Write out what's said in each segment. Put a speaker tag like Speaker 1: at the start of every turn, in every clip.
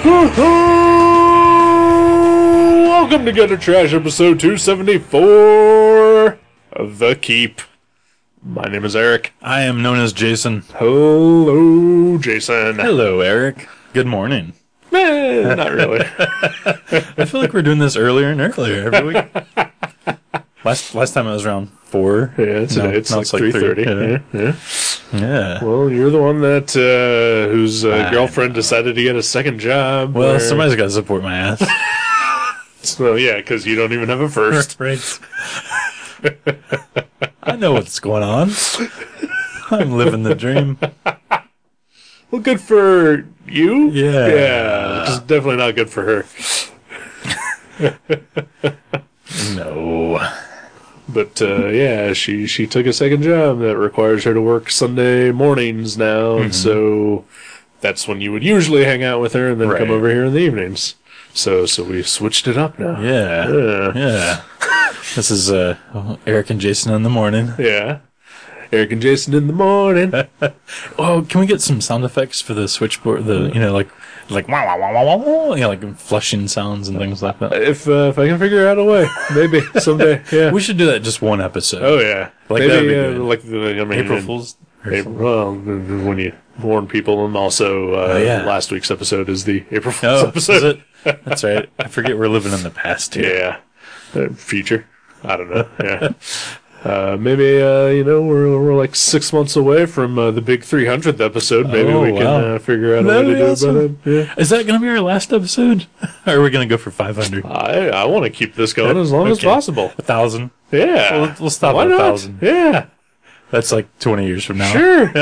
Speaker 1: Welcome to Gutter Trash, episode 274 of The Keep. My name is Eric.
Speaker 2: I am known as Jason.
Speaker 1: Hello, Jason.
Speaker 2: Hello, Eric. Good morning.
Speaker 1: Eh, not really.
Speaker 2: I feel like we're doing this earlier and earlier every week. last last time it was around four.
Speaker 1: Yeah, it's,
Speaker 2: No,
Speaker 1: it's
Speaker 2: no,
Speaker 1: like
Speaker 2: it's like
Speaker 1: 3.30.
Speaker 2: three,
Speaker 1: Yeah, yeah.
Speaker 2: Yeah.
Speaker 1: Well, you're the one that uh, whose uh,
Speaker 2: I
Speaker 1: girlfriend decided to get a second job.
Speaker 2: Well,
Speaker 1: where-
Speaker 2: somebody's got to support my ass.
Speaker 1: So, yeah, because you don't even have a first.
Speaker 2: right. I know what's going on. I'm living the dream.
Speaker 1: Well, good for you.
Speaker 2: Yeah.
Speaker 1: Yeah. It's definitely not good for her.
Speaker 2: No.
Speaker 1: But uh, yeah, she she took a second job that requires her to work Sunday mornings now,
Speaker 2: Mm-hmm.
Speaker 1: and so that's when you would usually hang out with her and then
Speaker 2: Right.
Speaker 1: come over here in the evenings. So so we switched it up now. Uh,
Speaker 2: Yeah.
Speaker 1: Yeah.
Speaker 2: Yeah. This is uh, Eric and Jason in the morning.
Speaker 1: Yeah. Eric and Jason in the morning.
Speaker 2: Oh, can we get some sound effects for the switchboard? The you know like like wow wow wow wow wow, you know like flushing sounds and things like that.
Speaker 1: if uh, if I can figure out a way, maybe someday. Yeah.
Speaker 2: We should do that just one episode.
Speaker 1: oh yeah.
Speaker 2: Like, that'd
Speaker 1: maybe
Speaker 2: be
Speaker 1: uh,
Speaker 2: good.
Speaker 1: like the I mean,
Speaker 2: April
Speaker 1: in-
Speaker 2: Fools.
Speaker 1: April, well, when you warn people, and also uh,
Speaker 2: Oh, yeah.
Speaker 1: last week's episode is the April Fool's
Speaker 2: Oh, is
Speaker 1: episode.
Speaker 2: it? That's right. I forget we're living in the past here.
Speaker 1: Yeah. Uh, future. I don't know. Yeah. Uh, maybe uh, you know we're we're like six months away from uh, the big 300th episode. Maybe
Speaker 2: Oh,
Speaker 1: we can
Speaker 2: wow.
Speaker 1: uh, figure out a way
Speaker 2: That'd
Speaker 1: to
Speaker 2: be
Speaker 1: do
Speaker 2: awesome.
Speaker 1: it. Better. Yeah.
Speaker 2: Is that going to be our last episode? or are we going to go for 500?
Speaker 1: I I want to keep this going as long as
Speaker 2: Okay.
Speaker 1: possible.
Speaker 2: A thousand?
Speaker 1: Yeah.
Speaker 2: We'll, we'll stop
Speaker 1: Why
Speaker 2: at a
Speaker 1: not?
Speaker 2: thousand.
Speaker 1: Yeah.
Speaker 2: That's like 20 years from now.
Speaker 1: Sure.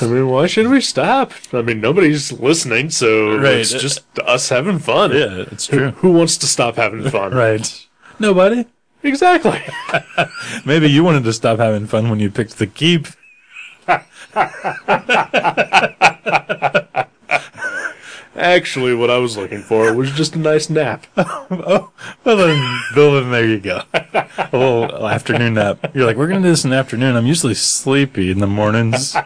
Speaker 1: I mean, why should we stop? I mean, nobody's listening, so
Speaker 2: Right.
Speaker 1: it's just us having fun.
Speaker 2: Yeah, it's true.
Speaker 1: Who wants to stop having fun?
Speaker 2: right. Nobody?
Speaker 1: Exactly.
Speaker 2: Maybe you wanted to stop having fun when you picked the keep.
Speaker 1: Actually, what I was looking for was just a nice nap.
Speaker 2: Oh, well then, Bill, then there you go. A little afternoon nap. You're like, we're going to do this in the afternoon. I'm usually sleepy in the mornings.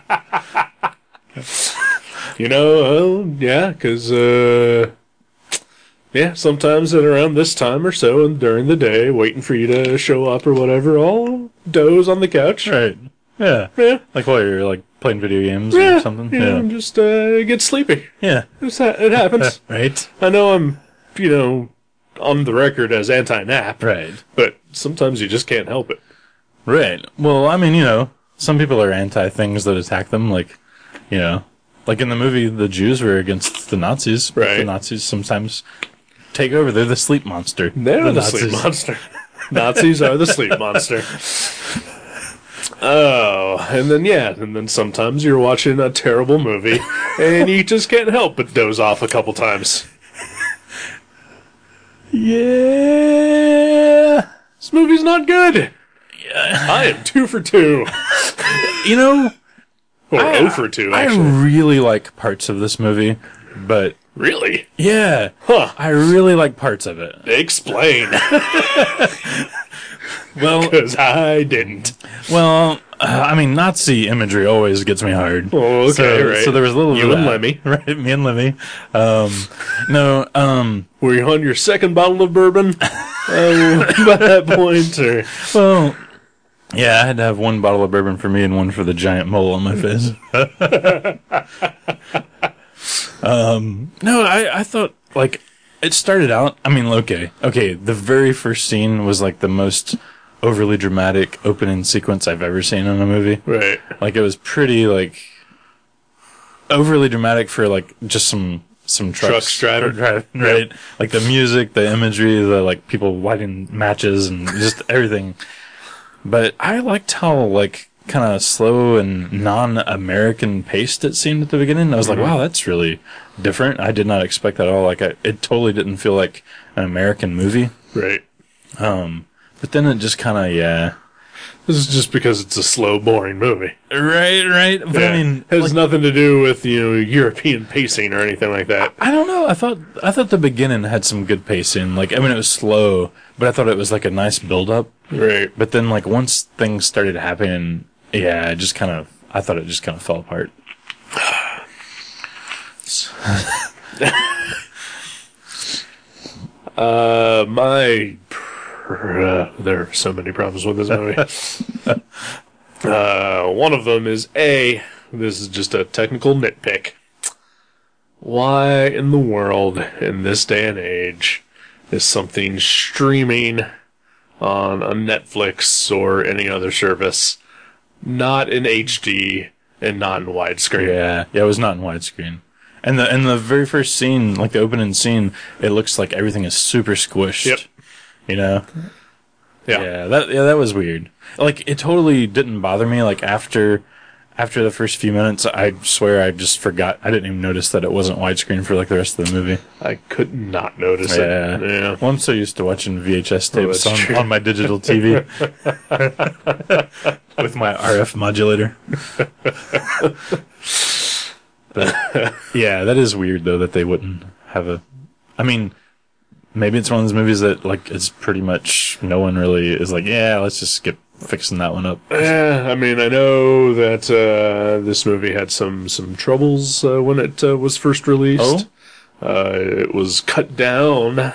Speaker 1: You know, uh, yeah, 'cause uh, yeah, sometimes at around this time or so, and during the day, waiting for you to show up or whatever, I'll doze on the couch.
Speaker 2: right. Yeah.
Speaker 1: Yeah,
Speaker 2: Like while you're like playing video games
Speaker 1: yeah,
Speaker 2: or something.
Speaker 1: You know, and just uh, get sleepy.
Speaker 2: Yeah.
Speaker 1: It's ha- it happens.
Speaker 2: Right.
Speaker 1: I know I'm, you know, on the record as anti-nap,
Speaker 2: Right.
Speaker 1: but sometimes you just can't help it.
Speaker 2: Right. Well, I mean, you know, some people are anti things that attack them, like, you know, like in the movie, the Jews were against the Nazis. but The
Speaker 1: Right.
Speaker 2: Nazis sometimes take over. They're the sleep monster.
Speaker 1: They're the, sleep monster. Nazis are the sleep monster. Oh, and then yeah, and then sometimes you're watching a terrible movie and you just can't help but doze off a couple times.
Speaker 2: Yeah.
Speaker 1: This movie's not good. I am two for two.
Speaker 2: You know,
Speaker 1: Or oh for two, actually.
Speaker 2: I really like parts of this movie, but
Speaker 1: really?
Speaker 2: yeah,
Speaker 1: Huh.
Speaker 2: I really like parts of it.
Speaker 1: Explain.
Speaker 2: Well,
Speaker 1: Because I didn't.
Speaker 2: Well, uh, I mean, Nazi imagery always gets me hard.
Speaker 1: Oh, okay,
Speaker 2: so,
Speaker 1: right.
Speaker 2: So there was a little bit
Speaker 1: You
Speaker 2: of
Speaker 1: and
Speaker 2: that.
Speaker 1: Lemmy.
Speaker 2: right? Me and Lemmy. Um, no, um,
Speaker 1: Were you on your second bottle of bourbon? Oh, by that point, or
Speaker 2: well, yeah, I had to have one bottle of bourbon for me and one for the giant mole on my face. um, Um, no, I, I thought like it started out. I mean, okay, okay. The very first scene was like the most overly dramatic opening sequence I've ever seen in a movie.
Speaker 1: right,
Speaker 2: like it was pretty like overly dramatic for like just some some trucks,
Speaker 1: Trucks driving.
Speaker 2: driving, right like the music the imagery the like people lighting matches and just everything but i liked how like kind of slow and non-American paced it seemed at the beginning. I was like, wow, that's really different. I did not expect that at all. Like, I, it totally didn't feel like an American movie.
Speaker 1: Right.
Speaker 2: Um, but then it just kind of yeah,
Speaker 1: This is just because it's a slow, boring movie.
Speaker 2: right, right. But I mean,
Speaker 1: it has
Speaker 2: like,
Speaker 1: nothing to do with you know European pacing or anything like that.
Speaker 2: I don't know. I thought I thought the beginning had some good pacing. Like, I mean, it was slow, but I thought it was like a nice build up.
Speaker 1: Right.
Speaker 2: But then, like, once things started happening, yeah, it just kind of, I thought it just kind of fell apart.
Speaker 1: Uh, my. pr- uh, there are so many problems with this movie. uh, one of them is A, this is just a technical nitpick. Why in the world, in this day and age, is something streaming on a Netflix or any other service not in HD and not in widescreen?
Speaker 2: Yeah, yeah, it was not in widescreen. And the and the very first scene, like the opening scene, it looks like everything is super squished.
Speaker 1: Yep.
Speaker 2: You know,
Speaker 1: Yeah.
Speaker 2: Yeah, that yeah, that was weird. Like it totally didn't bother me. Like after after the first few minutes, I swear I just forgot. I didn't even notice that it wasn't widescreen for like the rest of the movie.
Speaker 1: I could not notice
Speaker 2: Yeah.
Speaker 1: it. Yeah.
Speaker 2: Well, I'm so used to watching VHS tapes
Speaker 1: Oh, that's true.
Speaker 2: on, on my digital TV with my RF modulator. but, yeah, that is weird though that they wouldn't have a. I mean, maybe it's one of those movies that like it's pretty much no one really is like, yeah, let's just skip fixing that one up.
Speaker 1: Yeah, Eh, I mean, I know that uh, this movie had some some troubles uh, when it uh, was first released.
Speaker 2: Oh?
Speaker 1: Uh, it was cut down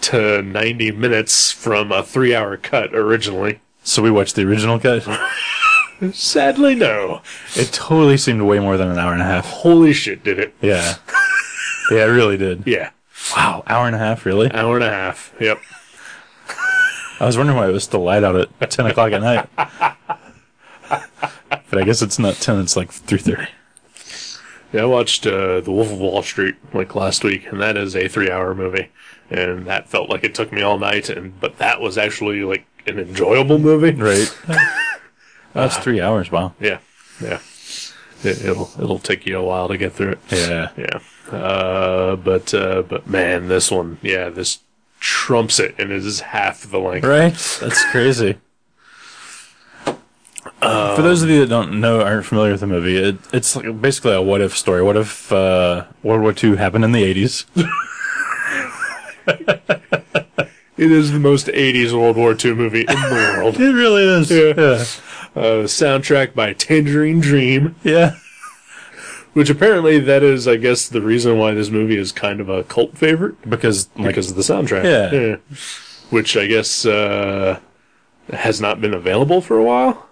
Speaker 1: to 90 minutes from a three-hour cut originally.
Speaker 2: So we watched the original cut.
Speaker 1: Sadly, no.
Speaker 2: It totally seemed way more than an hour and a half.
Speaker 1: Holy shit, did it?
Speaker 2: Yeah, yeah, it really did.
Speaker 1: Yeah,
Speaker 2: Wow, hour and a half, really?
Speaker 1: hour and a half. Yep.
Speaker 2: I was wondering why it was still light out at ten o'clock at night. but I guess it's not ten; it's like three thirty.
Speaker 1: Yeah, I watched uh, The Wolf of Wall Street like last week, and that is a three-hour movie, and that felt like it took me all night. And but that was actually like an enjoyable movie.
Speaker 2: Right. That's three hours. Wow.
Speaker 1: Yeah, yeah. It, it'll it'll take you a while to get through it.
Speaker 2: Yeah.
Speaker 1: Yeah. Uh, but uh, but man, this one, yeah, this trumps it, and it is half the length.
Speaker 2: Right. That's crazy. For those of you that don't know, aren't familiar with the movie, it, it's like basically a what if story. What if uh, World War II happened in the eighties?
Speaker 1: It is the most '80s World War II movie in the world.
Speaker 2: It really is. Yeah.
Speaker 1: Uh, soundtrack by Tangerine Dream,
Speaker 2: Yeah.
Speaker 1: which apparently that is, I guess, the reason why this movie is kind of a cult favorite
Speaker 2: Because like
Speaker 1: because of the soundtrack.
Speaker 2: Yeah.
Speaker 1: Which I guess uh, has not been available for a while.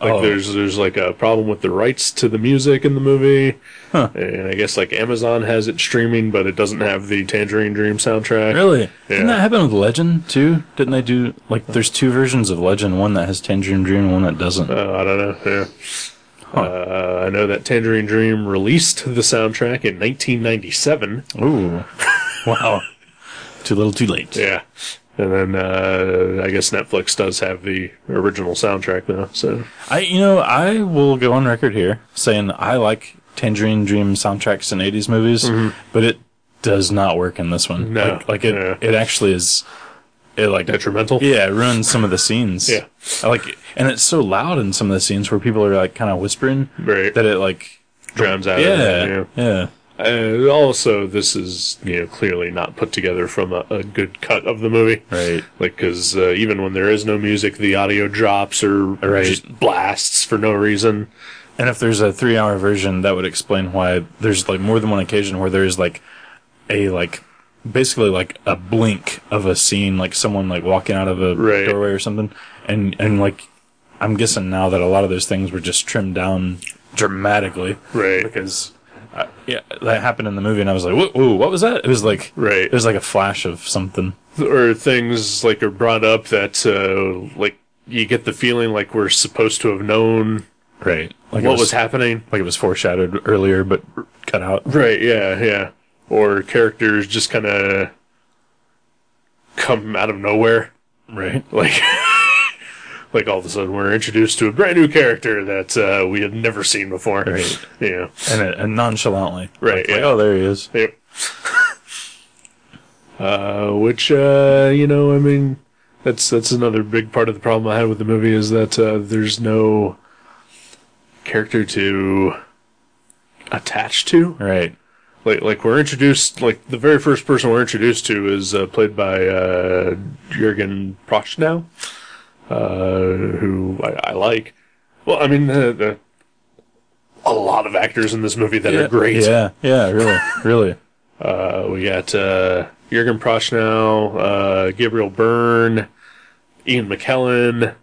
Speaker 1: Like
Speaker 2: Oh.
Speaker 1: there's there's like a problem with the rights to the music in the movie.
Speaker 2: Huh.
Speaker 1: And I guess like Amazon has it streaming, but it doesn't have the Tangerine Dream soundtrack.
Speaker 2: Really?
Speaker 1: Yeah.
Speaker 2: Didn't that happen with Legend too? Didn't they do like there's two versions of Legend, one that has Tangerine Dream and one that doesn't.
Speaker 1: Oh, I don't know. Yeah. Uh, I know that Tangerine Dream released the soundtrack in 1997.
Speaker 2: Ooh. wow. Too little too late.
Speaker 1: Yeah. And then uh, I guess Netflix does have the original soundtrack now. So
Speaker 2: I you know, I will go on record here saying I like Tangerine Dream soundtracks in eighties movies, but it does not work in this one.
Speaker 1: Mm-hmm. No.
Speaker 2: Like, like it
Speaker 1: Yeah.
Speaker 2: it actually is it like
Speaker 1: detrimental.
Speaker 2: Yeah, it ruins some of the scenes.
Speaker 1: Yeah.
Speaker 2: I like and it's so loud in some of the scenes where people are like kinda whispering
Speaker 1: Right.
Speaker 2: that it like
Speaker 1: drowns out.
Speaker 2: Yeah.
Speaker 1: Of it, yeah.
Speaker 2: yeah.
Speaker 1: Uh, also, this is you know clearly not put together from a, a good cut of the movie,
Speaker 2: Right.
Speaker 1: Like because uh, even when there is no music, the audio drops or
Speaker 2: Right.
Speaker 1: just blasts for no reason.
Speaker 2: And if there's a three hour version, that would explain why there's like more than one occasion where there is like a like basically like a blink of a scene, like someone like walking out of a
Speaker 1: Right.
Speaker 2: doorway or something. And and like I'm guessing now that a lot of those things were just trimmed down dramatically.
Speaker 1: Right.
Speaker 2: Because uh, yeah, that happened in the movie, and I was like, "Whoa, whoa what was that?" It was like
Speaker 1: Right.
Speaker 2: It was like a flash of something.
Speaker 1: or things like are brought up that uh, like you get the feeling like we're supposed to have known
Speaker 2: Right. Like it
Speaker 1: what was happening.
Speaker 2: like it was foreshadowed earlier, but cut out.
Speaker 1: Right, yeah, yeah. Or characters just kind of come out of nowhere.
Speaker 2: Right.
Speaker 1: like Like all of a sudden, we're introduced to a brand new character that uh, we had never seen before.
Speaker 2: Right.
Speaker 1: You know,
Speaker 2: and, it, and nonchalantly.
Speaker 1: Right,
Speaker 2: Like,
Speaker 1: yeah.
Speaker 2: oh, there he is.
Speaker 1: Yep. uh, which uh, you know, I mean, that's that's another big part of the problem I had with the movie is that uh, there's no character to attach to.
Speaker 2: Right.
Speaker 1: Like like we're introduced like the very first person we're introduced to is uh, played by uh, Jürgen Prochnow, uh, who I, I like. Well, I mean, uh, the, a lot of actors in this movie that are great.
Speaker 2: Yeah, yeah, really, really.
Speaker 1: Uh, we got uh, Jurgen Prochnow, uh, Gabriel Byrne, Ian McKellen,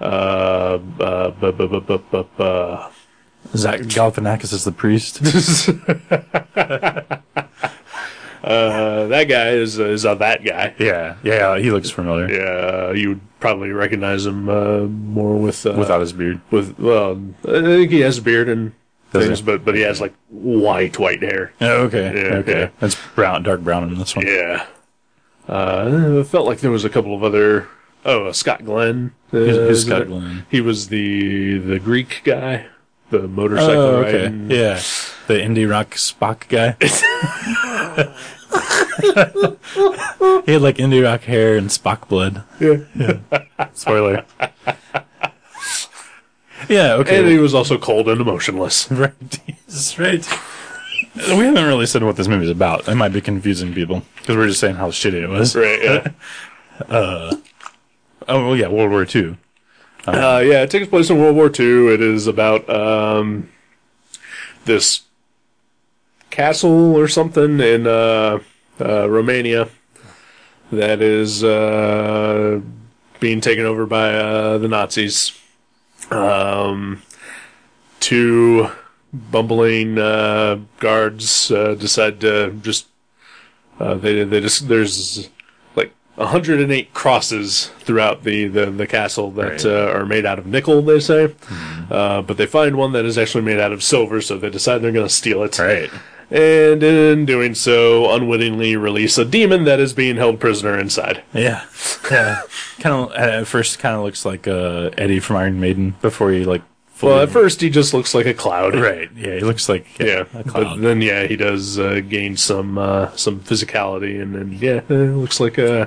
Speaker 1: uh, uh, bu- bu- bu- bu- bu- bu-
Speaker 2: Zach Galifianakis is the priest.
Speaker 1: uh, that guy is is uh, that guy.
Speaker 2: yeah, yeah, he looks familiar
Speaker 1: Yeah, you would probably recognize him uh, more with uh,
Speaker 2: without his beard.
Speaker 1: with well, I think he has a beard and
Speaker 2: Does he?
Speaker 1: things, but but he has like white white hair.
Speaker 2: Oh, okay,
Speaker 1: Yeah,
Speaker 2: okay.
Speaker 1: yeah.
Speaker 2: That's brown, dark brown in this one.
Speaker 1: Yeah. Uh, it felt like there was a couple of other. Oh, uh, Scott Glenn. Uh,
Speaker 2: Who's- who's
Speaker 1: isn't
Speaker 2: Scott
Speaker 1: it?
Speaker 2: Glenn?
Speaker 1: He was the the Greek guy, the motorcycle
Speaker 2: Oh, okay.
Speaker 1: riding.
Speaker 2: Yeah, the indie rock Spock guy. he had like indie rock hair and Spock blood.
Speaker 1: Yeah.
Speaker 2: Spoiler. yeah. Okay.
Speaker 1: And he was also cold and emotionless.
Speaker 2: Right. Jesus, right. We haven't really said what this movie's about. It might be confusing people because we're just saying how shitty it was.
Speaker 1: Right. Yeah.
Speaker 2: Oh, well, yeah, World War II.
Speaker 1: uh, yeah. It takes place in World War II. It is about um, this castle or something in uh, uh, Romania that is uh, being taken over by uh, the Nazis. Um, two bumbling uh, guards uh, decide to just uh, they they just there's like 108 crosses throughout the the, the castle that
Speaker 2: Right. Hmm.
Speaker 1: uh, are made out of nickel. They say, uh, but they find one that is actually made out of silver, so they decide they're going to steal it
Speaker 2: Right.
Speaker 1: and in doing so, unwittingly release a demon that is being held prisoner inside.
Speaker 2: Yeah. Yeah. kind of, at first, kind of looks like uh, Eddie from Iron Maiden before he, like, fully.
Speaker 1: Well, at first he just looks like a cloud.
Speaker 2: Hmm. right. Yeah, he looks like.
Speaker 1: Yeah,
Speaker 2: a
Speaker 1: but
Speaker 2: clown.
Speaker 1: then yeah, he does uh, gain some uh, some physicality, and then yeah, uh, looks like uh,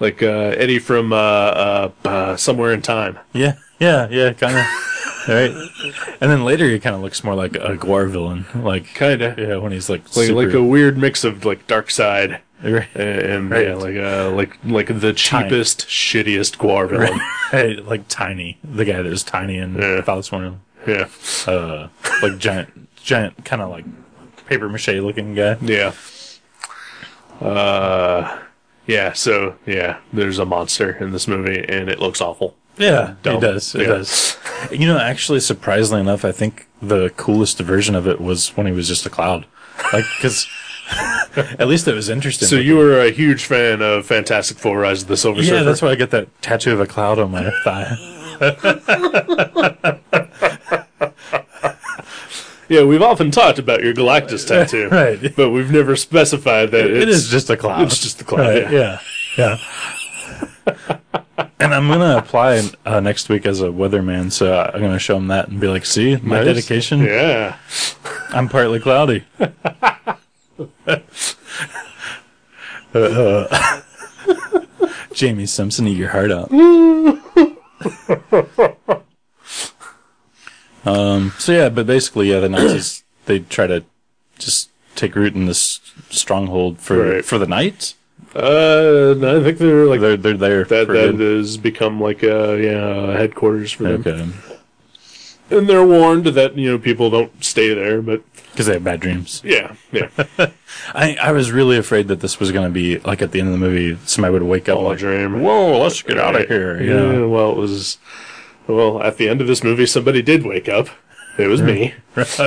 Speaker 1: like uh, Eddie from uh, uh, uh, somewhere in time.
Speaker 2: Yeah. Yeah. Yeah. Kind of. Right. And then later, he kind of looks more like a Guar villain. Like,
Speaker 1: Kinda
Speaker 2: yeah, when he's like.
Speaker 1: like
Speaker 2: super,
Speaker 1: like a weird mix of like Dark Side
Speaker 2: Right.
Speaker 1: and, and,
Speaker 2: Right.
Speaker 1: yeah, like uh, like like the cheapest, shittiest Guar villain.
Speaker 2: Hey, like Tiny, the guy that was tiny in
Speaker 1: Yeah.
Speaker 2: Palace Wonderland.
Speaker 1: Yeah,
Speaker 2: uh, like giant, giant kind of like paper mache looking guy.
Speaker 1: Yeah. Uh, yeah. So yeah, there's a monster in this movie, and it looks awful.
Speaker 2: Yeah,
Speaker 1: Dumb.
Speaker 2: it does. It
Speaker 1: Yeah.
Speaker 2: does. You know, actually, surprisingly enough, I think the coolest version of it was when he was just a cloud, like because at least it was interesting.
Speaker 1: So you were a huge fan of Fantastic Four: Rise of the Silver
Speaker 2: yeah,
Speaker 1: Surfer.
Speaker 2: that's why I got that tattoo of a cloud on my thigh.
Speaker 1: yeah, we've often talked about your Galactus tattoo,
Speaker 2: Right.
Speaker 1: But we've never specified that
Speaker 2: It
Speaker 1: it's,
Speaker 2: is just a cloud.
Speaker 1: it's just the cloud.
Speaker 2: Right,
Speaker 1: yeah.
Speaker 2: yeah, yeah. and I'm gonna apply uh, next week as a weatherman, so I'm gonna show him that and be like, "See, my
Speaker 1: Nice.
Speaker 2: dedication.
Speaker 1: Yeah.
Speaker 2: I'm partly cloudy." Uh, Jamie Simpson, eat your heart out. um. So yeah, but basically, yeah, the Nazis they try to just take root in this stronghold for
Speaker 1: Right.
Speaker 2: for the night.
Speaker 1: Uh, no, I think they're like
Speaker 2: They're they're there
Speaker 1: that.
Speaker 2: for
Speaker 1: That
Speaker 2: good.
Speaker 1: has become like a yeah headquarters for them,
Speaker 2: Okay,
Speaker 1: and they're warned that you know people don't stay there. But
Speaker 2: because they have bad dreams.
Speaker 1: yeah, yeah,
Speaker 2: I I was really afraid that this was gonna be like at the end of the movie, somebody would wake up
Speaker 1: all a
Speaker 2: like,
Speaker 1: dream.
Speaker 2: "Whoa, let's get out of
Speaker 1: Right.
Speaker 2: here!" You
Speaker 1: Yeah.
Speaker 2: know?
Speaker 1: Well, it was. Well, at the end of this movie, somebody did wake up. It was me.
Speaker 2: right?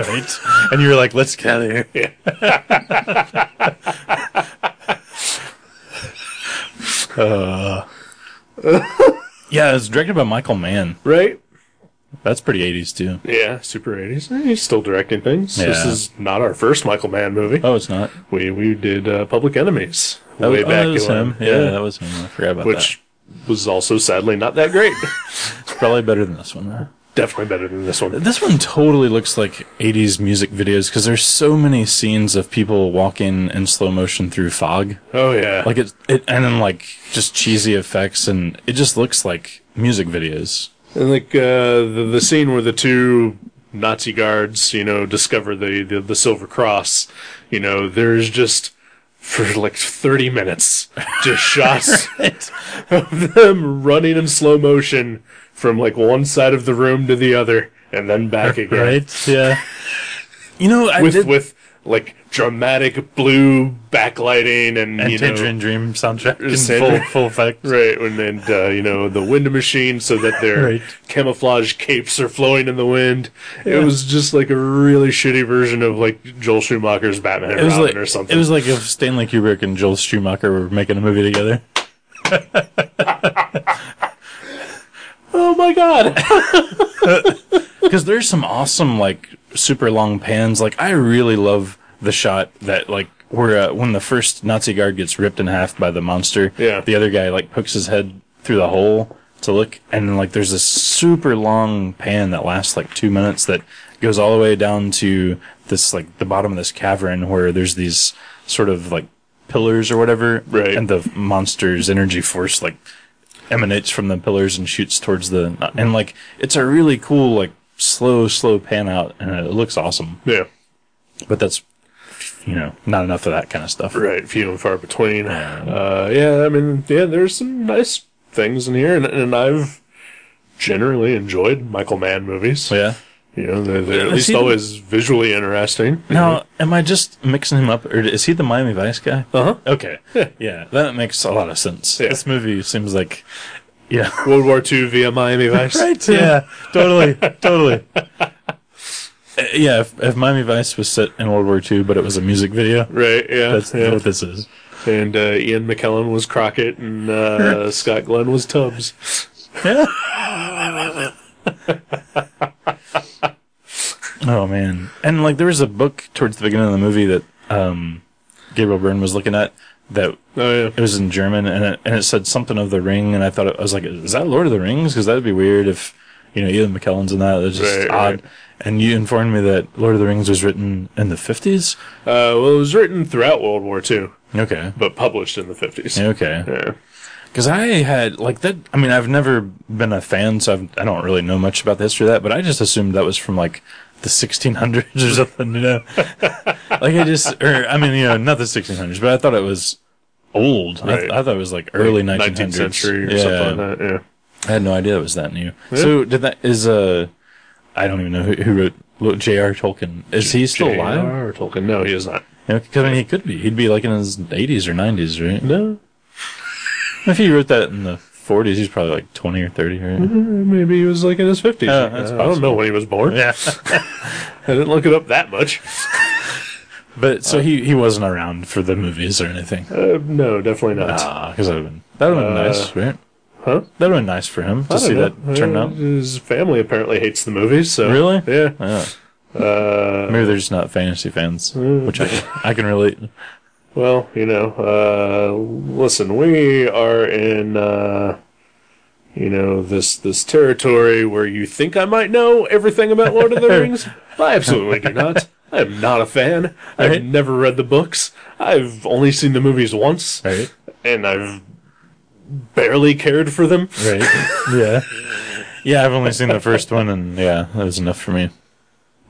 Speaker 2: And you were like, let's get out of here. Uh, yeah, it's directed by Michael Mann.
Speaker 1: Right?
Speaker 2: That's pretty 80s, too.
Speaker 1: Yeah. Super 80s. Eh, He's still directing things. This
Speaker 2: Yeah.
Speaker 1: is not our first Michael Mann movie.
Speaker 2: Oh, it's not?
Speaker 1: We we did uh, Public Enemies
Speaker 2: That
Speaker 1: way
Speaker 2: was, oh,
Speaker 1: back
Speaker 2: that was
Speaker 1: when-
Speaker 2: him. Yeah, that was him. I forgot about
Speaker 1: Which was also sadly not that great.
Speaker 2: probably better than this one. Though.
Speaker 1: Definitely better than this one.
Speaker 2: This one totally looks like 80s music videos because there's so many scenes of people walking in slow motion through fog.
Speaker 1: Oh yeah.
Speaker 2: Like it, it and then like just cheesy effects and it just looks like music videos.
Speaker 1: And like uh, the the scene where the two Nazi guards, you know, discover the, the the silver cross, you know, there's just for like 30 minutes just shots of them running in slow motion from like one side of the room to the other and then back again
Speaker 2: Right? Yeah. You know, I
Speaker 1: with
Speaker 2: did
Speaker 1: with like dramatic blue backlighting and,
Speaker 2: and
Speaker 1: you know
Speaker 2: Tangerine Dream soundtrack in full,
Speaker 1: Tangerine-
Speaker 2: full effect.
Speaker 1: Right, and then uh, you know the wind machine, so that their
Speaker 2: Right.
Speaker 1: camouflage capes are flowing in the wind. It was just like a really shitty version of like Joel Schumacher's Batman and
Speaker 2: It was
Speaker 1: Robin
Speaker 2: like
Speaker 1: or something.
Speaker 2: it was like if Stanley Kubrick and Joel Schumacher were making a movie together.
Speaker 1: oh my god!
Speaker 2: because there's some awesome like super long pans. Like I really love the shot that like where uh, when the first Nazi guard gets ripped in half by the monster,
Speaker 1: Yeah.
Speaker 2: the other guy like pokes his head through the hole to look, and then, like there's this super long pan that lasts like two minutes that goes all the way down to this like the bottom of this cavern where there's these sort of like pillars or whatever,
Speaker 1: Right.
Speaker 2: and the monster's energy force like emanates from the pillars and shoots towards the and like it's a really cool like slow slow pan out and it looks awesome
Speaker 1: yeah,
Speaker 2: but that's you know not enough of that kind of stuff
Speaker 1: right. Few and far between. Uh, yeah, I mean, yeah, there's some nice things in here, and, and I've generally enjoyed Michael Mann movies.
Speaker 2: Oh, yeah
Speaker 1: You know, they're, they're at
Speaker 2: I've
Speaker 1: least
Speaker 2: seen-
Speaker 1: always visually interesting.
Speaker 2: now am i just mixing him up or is he the miami vice guy
Speaker 1: Uh-huh.
Speaker 2: okay yeah, that makes a lot of sense
Speaker 1: Yeah.
Speaker 2: this movie seems like yeah
Speaker 1: World War II via Miami Vice.
Speaker 2: right yeah totally totally Uh, yeah if, if miami vice was set in world war ii but it was a music video
Speaker 1: Right, yeah.
Speaker 2: that's
Speaker 1: yeah.
Speaker 2: what this is
Speaker 1: And uh, Ian McKellen was Crockett, and uh, Scott Glenn was Tubbs.
Speaker 2: Yeah. oh man. And like there was a book towards the beginning of the movie that um Gabriel Byrne was looking at that
Speaker 1: Oh
Speaker 2: it
Speaker 1: yeah,
Speaker 2: was in German and it, and it said something of the ring and I thought it, I was like is that Lord of the Rings cuz that'd be weird if you know Ian McKellen's in that it's just
Speaker 1: Right,
Speaker 2: odd.
Speaker 1: right.
Speaker 2: And you informed me that Lord of the Rings was written in the 50s?
Speaker 1: uh, well, it was written throughout World War II,
Speaker 2: Okay.
Speaker 1: but published in the fifties.
Speaker 2: Okay.
Speaker 1: Yeah.
Speaker 2: Because I had like that. I mean, I've never been a fan, so I've, I don't really know much about the history of that. But I just assumed that was from like the 1600s or something. You know, like I just, or I mean, you know, not the 1600s, but I thought it was old. I,
Speaker 1: Right.
Speaker 2: I thought it was like early 1900s.
Speaker 1: nineteenth century or
Speaker 2: yeah,
Speaker 1: something like that. Yeah.
Speaker 2: I had no idea it was that new. So did that is uh, I don't even know who, who wrote. Lo- J.R. Tolkien is he still alive?
Speaker 1: J.R.R. Tolkien? No, he is not.
Speaker 2: Because I mean, he could be. He'd be like in his 80s or 90s, right?
Speaker 1: No,
Speaker 2: If he wrote that in the 40s, he's probably like 20 or 30, right?
Speaker 1: Uh, maybe he was like in his fifties.
Speaker 2: Oh, that's
Speaker 1: I don't know when he was born.
Speaker 2: Yeah.
Speaker 1: I didn't look it up that much.
Speaker 2: But so he, he wasn't around for the movies or anything.
Speaker 1: Uh, no, definitely not.
Speaker 2: Ah, because that would have been that would have been
Speaker 1: Uh,
Speaker 2: nice, right?
Speaker 1: huh?
Speaker 2: That would have been nice for him to see that turn out.
Speaker 1: Uh, His family apparently hates the movies. So
Speaker 2: Really?
Speaker 1: Yeah.
Speaker 2: Yeah.
Speaker 1: Uh,
Speaker 2: Maybe they're just not fantasy fans, which I can, I can relate.
Speaker 1: Well, you know, uh, listen, we are in, uh, you know, this this territory where you think I might know everything about Lord of the Rings. I absolutely do not. I am not a fan. I've
Speaker 2: Right.
Speaker 1: never read the books. I've only seen the movies once,
Speaker 2: Right.
Speaker 1: and I've barely cared for them.
Speaker 2: Right. yeah. Yeah, I've only seen the first one, and yeah, that was enough for me.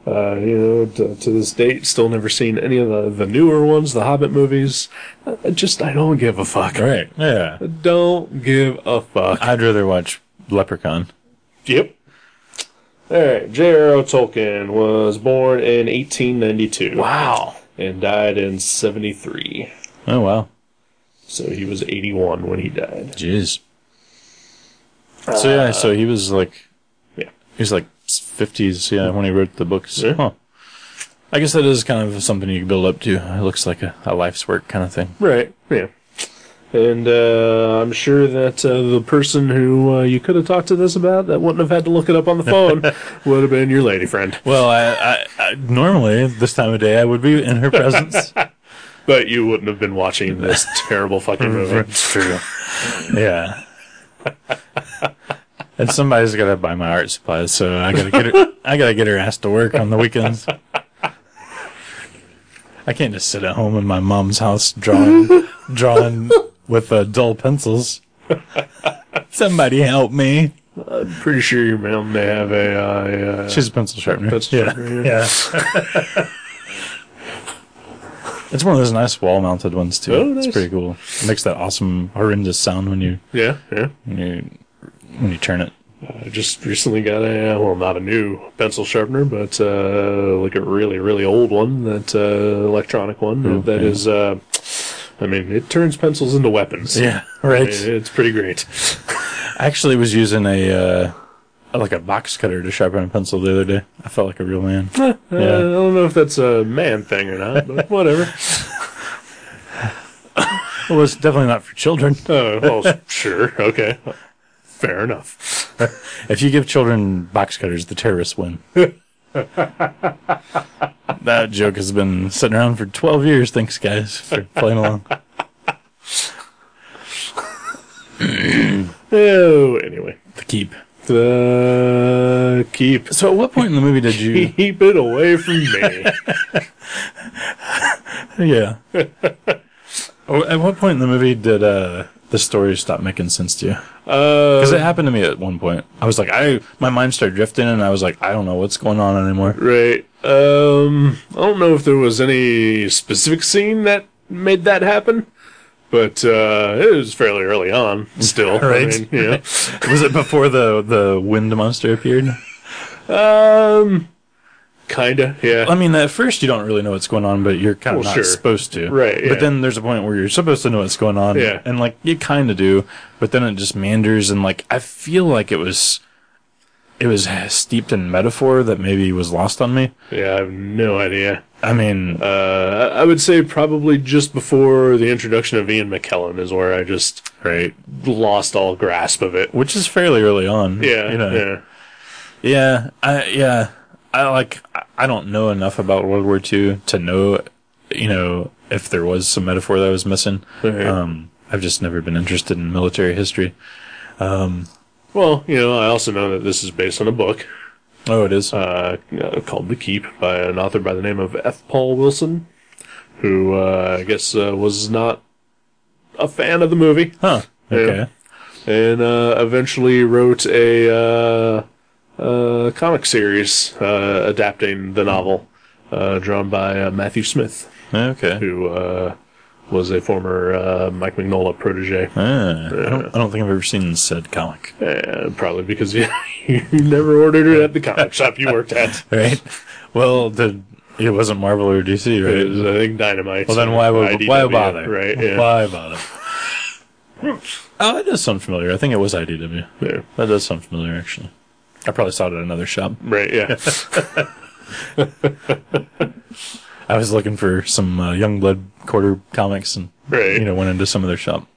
Speaker 1: Uh, you know, to, to this date, still never seen any of the, the newer ones, the Hobbit movies. I just, I don't give a fuck.
Speaker 2: Right. Yeah.
Speaker 1: Don't give a fuck.
Speaker 2: I'd rather watch Leprechaun.
Speaker 1: Yep. All right. J.R.R. Tolkien was born in 1892
Speaker 2: Wow.
Speaker 1: and died in 73.
Speaker 2: Oh, wow.
Speaker 1: So he was 81 when he died.
Speaker 2: Jeez. So yeah, so he was like,
Speaker 1: Yeah.
Speaker 2: he was like fifties. Yeah, when he wrote the books.
Speaker 1: Yeah.
Speaker 2: Huh. I guess that is kind of something you can build up to. It looks like a, a life's work kind of thing.
Speaker 1: Right. Yeah. And uh, I'm sure that uh, the person who uh, you could have talked to this about that wouldn't have had to look it up on the phone would have been your lady friend.
Speaker 2: Well, I, I, I normally this time of day I would be in her presence.
Speaker 1: But you wouldn't have been watching
Speaker 2: Mm-hmm.
Speaker 1: this terrible fucking movie.
Speaker 2: It's true. Yeah. And somebody's got to buy my art supplies, so I gotta get her. I gotta get her ass to work on the weekends. I can't just sit at home in my mom's house drawing, drawing with uh, dull pencils. Somebody help me.
Speaker 1: Pretty sure your mom may have a uh, uh,
Speaker 2: She's a pencil sharpener.
Speaker 1: Pencil
Speaker 2: yeah.
Speaker 1: sharpener,
Speaker 2: yeah. it's one of those nice wall mounted ones too.
Speaker 1: Oh, nice.
Speaker 2: It's pretty cool. It makes that awesome horrendous sound when you
Speaker 1: yeah yeah.
Speaker 2: when you when you turn it.
Speaker 1: I just recently got a well, not a new pencil sharpener, but uh, like a really really old one, that uh, electronic one that
Speaker 2: Okay.
Speaker 1: is. Uh, I mean, it turns pencils into weapons.
Speaker 2: Yeah.
Speaker 1: I
Speaker 2: Right.
Speaker 1: mean, it's pretty great.
Speaker 2: I actually was using a uh like a box cutter to sharpen a pencil the other day. I felt like a real man.
Speaker 1: Uh, I don't know if that's a man thing or not, but whatever.
Speaker 2: Well, it's definitely not for children.
Speaker 1: Oh, well, sure, okay, fair enough.
Speaker 2: If you give children box cutters, the terrorists win. that joke has been sitting around for 12 years. Thanks, guys, for playing along.
Speaker 1: Oh, anyway,
Speaker 2: The keep.
Speaker 1: uh, keep
Speaker 2: So, at what point in the movie did you?
Speaker 1: keep it away from me.
Speaker 2: yeah. Oh, at what point in the movie did uh, the story stop making sense to you? Because
Speaker 1: Uh,
Speaker 2: it happened to me at one point. I was like, I my mind started drifting, and I was like, I don't know what's going on anymore.
Speaker 1: Right. Um, I don't know if there was any specific scene that made that happen, but uh, it was fairly early on. Still, I
Speaker 2: Right.
Speaker 1: mean, you know.
Speaker 2: was it before the the wind monster appeared?
Speaker 1: Um, kinda. Yeah.
Speaker 2: I mean, at first you don't really know what's going on, but you're kind of
Speaker 1: Well,
Speaker 2: not
Speaker 1: sure.
Speaker 2: supposed to.
Speaker 1: Right, yeah.
Speaker 2: But then there's a point where you're supposed to know what's going on.
Speaker 1: Yeah.
Speaker 2: And like you kind of do, but then it just meanders and like I feel like it was, it was steeped in metaphor that maybe was lost on me.
Speaker 1: yeah. I have no idea.
Speaker 2: I mean,
Speaker 1: Uh, I I would say probably just before the introduction of Ian McKellen is where I just
Speaker 2: right.
Speaker 1: lost all grasp of it.
Speaker 2: Which is fairly early on.
Speaker 1: Yeah.
Speaker 2: You know.
Speaker 1: Yeah.
Speaker 2: Yeah, I yeah, I like I- I don't know enough about World War II to know, you know, if there was some metaphor that I was missing.
Speaker 1: Right.
Speaker 2: Um, I've just never been interested in military history.
Speaker 1: Well, you know, I also know that this is based on a book
Speaker 2: Oh, it is.
Speaker 1: uh, uh, called The Keep by an author by the name of F. Paul Wilson, who uh, I guess uh, was not a fan of the movie,
Speaker 2: huh. Okay.
Speaker 1: and uh, eventually wrote a uh, uh, comic series uh, adapting the novel, uh, drawn by uh, Matthew Smith,
Speaker 2: Okay.
Speaker 1: who uh, was a former uh, Mike Mignola protege.
Speaker 2: Ah, I don't. I don't think I've ever seen said comic.
Speaker 1: Uh, probably because you, you never ordered it at the comic shop you worked at.
Speaker 2: Right. Well, the it wasn't Marvel or DC,
Speaker 1: It
Speaker 2: right?
Speaker 1: was, I think, Dynamite.
Speaker 2: Well, then why would
Speaker 1: IDW,
Speaker 2: why bother?
Speaker 1: Right? Yeah.
Speaker 2: Why bother? oh, that does sound familiar. I think it was IDW.
Speaker 1: Yeah.
Speaker 2: That does sound familiar, actually. I probably saw it at another shop.
Speaker 1: Right, yeah.
Speaker 2: I was looking for some uh, Youngblood quarter comics, and
Speaker 1: Right.
Speaker 2: you know, went into some other shop.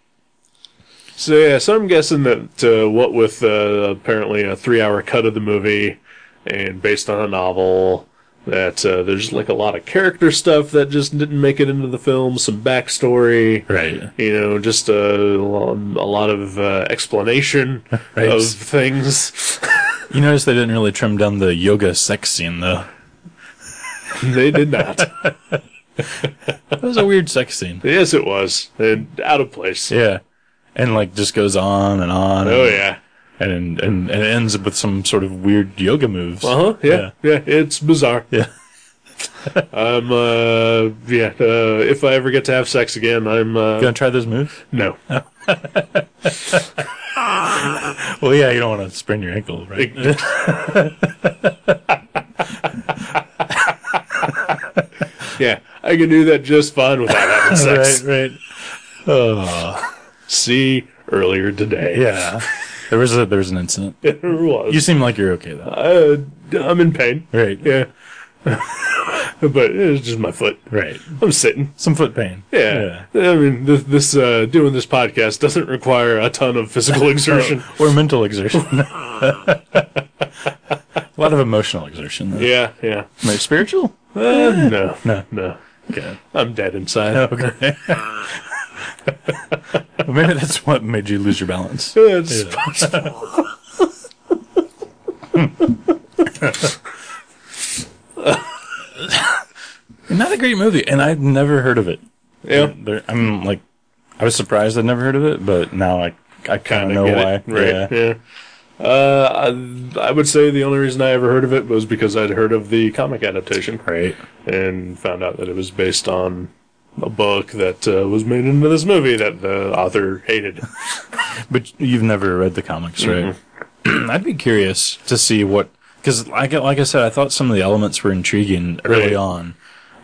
Speaker 1: so, yeah, so I'm guessing that uh, what with uh, apparently a three hour cut of the movie and based on a novel, that uh, there's like a lot of character stuff that just didn't make it into the film, some backstory.
Speaker 2: Right.
Speaker 1: You know, just a, lo- a lot of uh, explanation
Speaker 2: Right.
Speaker 1: of things.
Speaker 2: You notice they didn't really trim down the yoga sex scene, though.
Speaker 1: they did not.
Speaker 2: That was a weird sex scene.
Speaker 1: yes, it was. And out of place.
Speaker 2: Yeah, and like just goes on and on.
Speaker 1: Oh,
Speaker 2: and,
Speaker 1: yeah.
Speaker 2: and and and it ends up with some sort of weird yoga moves.
Speaker 1: Uh huh. Yeah, yeah. It's bizarre.
Speaker 2: Yeah.
Speaker 1: I'm. Uh. Yeah. Uh. If I ever get to have sex again, I'm. Uh,
Speaker 2: Gonna try those moves?
Speaker 1: no.
Speaker 2: Well, yeah, you don't want to sprain your ankle, right?
Speaker 1: yeah. I can do that just fine without having sex.
Speaker 2: right.
Speaker 1: See earlier today.
Speaker 2: Yeah. There was a there was an incident.
Speaker 1: There was.
Speaker 2: You seem like you're okay though.
Speaker 1: uh, I'm in pain.
Speaker 2: Right.
Speaker 1: Yeah. but it's just my foot.
Speaker 2: Right.
Speaker 1: I'm sitting.
Speaker 2: Some foot pain.
Speaker 1: Yeah. I mean, this, this uh, doing this podcast doesn't require a ton of physical exertion.
Speaker 2: or mental exertion. a lot of emotional exertion. Though.
Speaker 1: yeah. Yeah.
Speaker 2: Maybe spiritual?
Speaker 1: Uh, no.
Speaker 2: No.
Speaker 1: No.
Speaker 2: Okay.
Speaker 1: I'm dead inside.
Speaker 2: Okay.
Speaker 1: Uh,
Speaker 2: Maybe that's what made you lose your balance.
Speaker 1: It's-
Speaker 2: Not a great movie, and I've never heard of it.
Speaker 1: Yeah.
Speaker 2: There- I'm like, I was surprised I'd never heard of it, but now I, I
Speaker 1: I
Speaker 2: kind of know why.
Speaker 1: get it. Right.
Speaker 2: Yeah.
Speaker 1: Yeah. Uh, I, I would say the only reason I ever heard of it was because I'd heard of the comic adaptation
Speaker 2: Right.
Speaker 1: and found out that it was based on a book that uh, was made into this movie that the author hated.
Speaker 2: But you've never read the comics, right?
Speaker 1: Mm-hmm.
Speaker 2: I'd be curious to see what because like like I said, I thought some of the elements were intriguing early
Speaker 1: Right.
Speaker 2: on,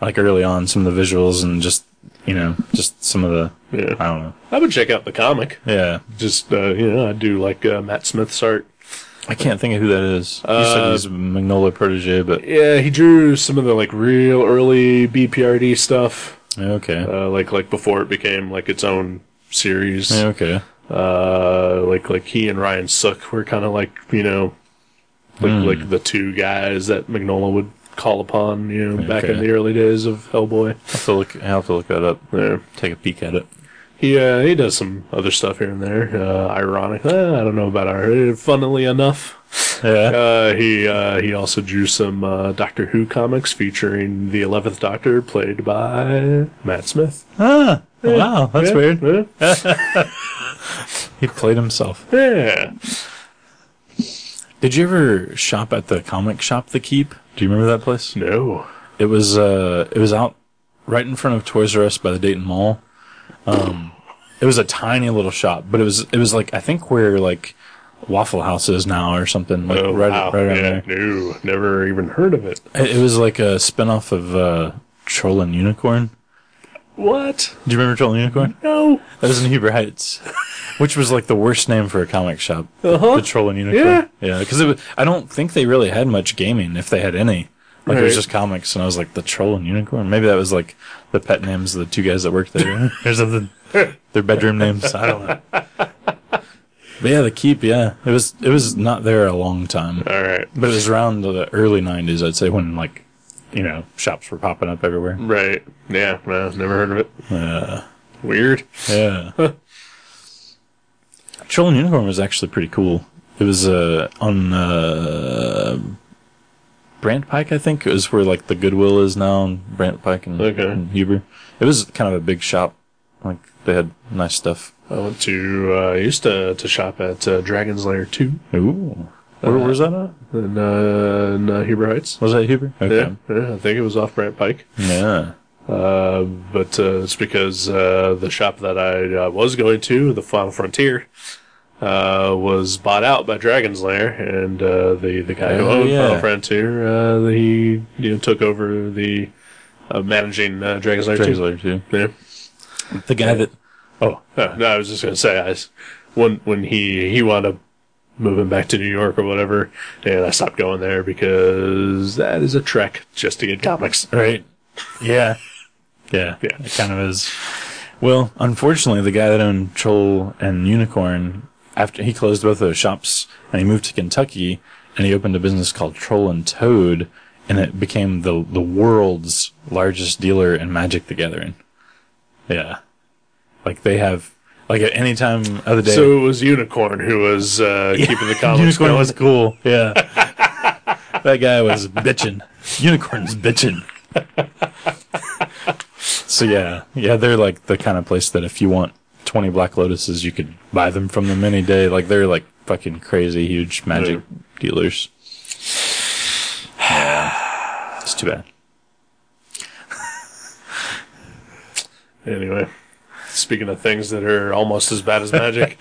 Speaker 2: like early on, some of the visuals and just you know just some of the
Speaker 1: Yeah.
Speaker 2: I don't know.
Speaker 1: I would check out the comic.
Speaker 2: Yeah,
Speaker 1: Just uh, you know, I do like uh, Matt Smith's art.
Speaker 2: I can't think of who that is. you said
Speaker 1: Uh,
Speaker 2: he's a Magnolia protege, but
Speaker 1: Yeah, he drew some of the like real early BPRD stuff,
Speaker 2: okay,
Speaker 1: uh, like like before it became like its own series.
Speaker 2: okay,
Speaker 1: uh, like like he and Ryan Sook were kind of like you know, like like the two guys that Magnola would call upon you know back in
Speaker 2: Okay.
Speaker 1: the early days of Hellboy.
Speaker 2: I'll have, to look, I'll have to look that up.
Speaker 1: Yeah.
Speaker 2: Take a peek at it.
Speaker 1: He uh, he does some other stuff here and there. Uh, ironic, uh, I don't know about ironic. Funnily enough,
Speaker 2: Yeah,
Speaker 1: uh, he uh, he also drew some uh, Doctor Who comics featuring the Eleventh Doctor, played by Matt Smith.
Speaker 2: ah, wow, that's
Speaker 1: Yeah,
Speaker 2: weird.
Speaker 1: yeah.
Speaker 2: He played himself.
Speaker 1: yeah.
Speaker 2: Did you ever shop at the comic shop, The Keep? Do you remember that place?
Speaker 1: No.
Speaker 2: It was uh, it was out right in front of Toys R Us by the Dayton Mall. Um, it was a tiny little shop, but it was it was like I think where like Waffle House is now or something. Like
Speaker 1: Oh,
Speaker 2: right,
Speaker 1: wow.
Speaker 2: right around
Speaker 1: yeah,
Speaker 2: there.
Speaker 1: no, never even heard of it.
Speaker 2: It, it was like a spinoff of uh, Troll and Unicorn.
Speaker 1: What?
Speaker 2: Do you remember Troll and Unicorn?
Speaker 1: No.
Speaker 2: That was in Huber Heights, which was like the worst name for a comic shop.
Speaker 1: Uh-huh.
Speaker 2: The Troll and Unicorn. Yeah, because it was, I don't think they really had much gaming if they had any. Like it was
Speaker 1: Right.
Speaker 2: just comics, and I was like the Troll and Unicorn. Maybe that was like the pet names of the two guys that worked there or something. Their bedroom names. I don't know. But yeah, the keep. Yeah, it was it was not there a long time,
Speaker 1: All right.
Speaker 2: but it was around the early '90s, I'd say, when like you know shops were popping up everywhere.
Speaker 1: Right. Yeah. No, never heard of it.
Speaker 2: Yeah.
Speaker 1: Weird.
Speaker 2: Yeah. Troll and Unicorn was actually pretty cool. It was uh, on uh, Brant Pike, I think, is where like the Goodwill is now, and Brant Pike and,
Speaker 1: Okay.
Speaker 2: and Huber. It was kind of a big shop. Like they had nice stuff.
Speaker 1: I went to uh, I used to to shop at uh, Dragon's Lair two
Speaker 2: Ooh, where was that? At?
Speaker 1: in, uh, in uh, Huber Heights.
Speaker 2: Was that Huber?
Speaker 1: Yeah,
Speaker 2: Okay.
Speaker 1: yeah, I think it was off Brant Pike.
Speaker 2: Yeah.
Speaker 1: Uh, but uh, it's because uh, the shop that I uh, was going to, the Final Frontier, uh, was bought out by Dragon's Lair, and uh, the the guy who
Speaker 2: Oh,
Speaker 1: owned
Speaker 2: yeah.
Speaker 1: Final Frontier, uh, he you know took over the uh, managing uh, Dragon's Lair
Speaker 2: Dragon's
Speaker 1: two.
Speaker 2: Lair too.
Speaker 1: Yeah.
Speaker 2: The guy that.
Speaker 1: Oh, uh, no, I was just gonna say, I s when when he he wound up moving back to New York or whatever, and I stopped going there because that is a trek just to get comics.
Speaker 2: Right. Yeah. Yeah.
Speaker 1: Yeah.
Speaker 2: It kind of is. Well, unfortunately, the guy that owned Troll and Unicorn, after he closed both those shops and he moved to Kentucky and he opened a business called Troll and Toad and it became the, the world's largest dealer in Magic the Gathering. Yeah. Like they have, like at any time of the day.
Speaker 1: So it was Unicorn who was uh, keeping the comics
Speaker 2: Unicorn
Speaker 1: going.
Speaker 2: was cool. Yeah. that guy was bitching. Unicorn's bitching. so yeah, yeah, they're like the kind of place that if you want 20 black lotuses, you could buy them from them any day. Like they're like fucking crazy huge magic dealers. it's too bad.
Speaker 1: Anyway, speaking of things that are almost as bad as magic,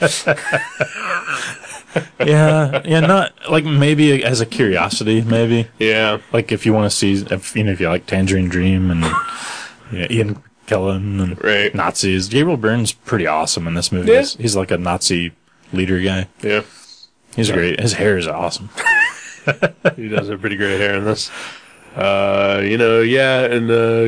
Speaker 2: Yeah, yeah, not like maybe as a curiosity, maybe.
Speaker 1: yeah,
Speaker 2: Like if you want to see, if, you know, if you like Tangerine Dream and you know, Ian Kellen and
Speaker 1: Right.
Speaker 2: Nazis, Gabriel Byrne's pretty awesome in this movie.
Speaker 1: Yeah.
Speaker 2: He's, he's like a Nazi leader guy.
Speaker 1: yeah,
Speaker 2: He's great. His hair is awesome.
Speaker 1: he does have pretty great hair in this. Uh, you know, yeah, and uh,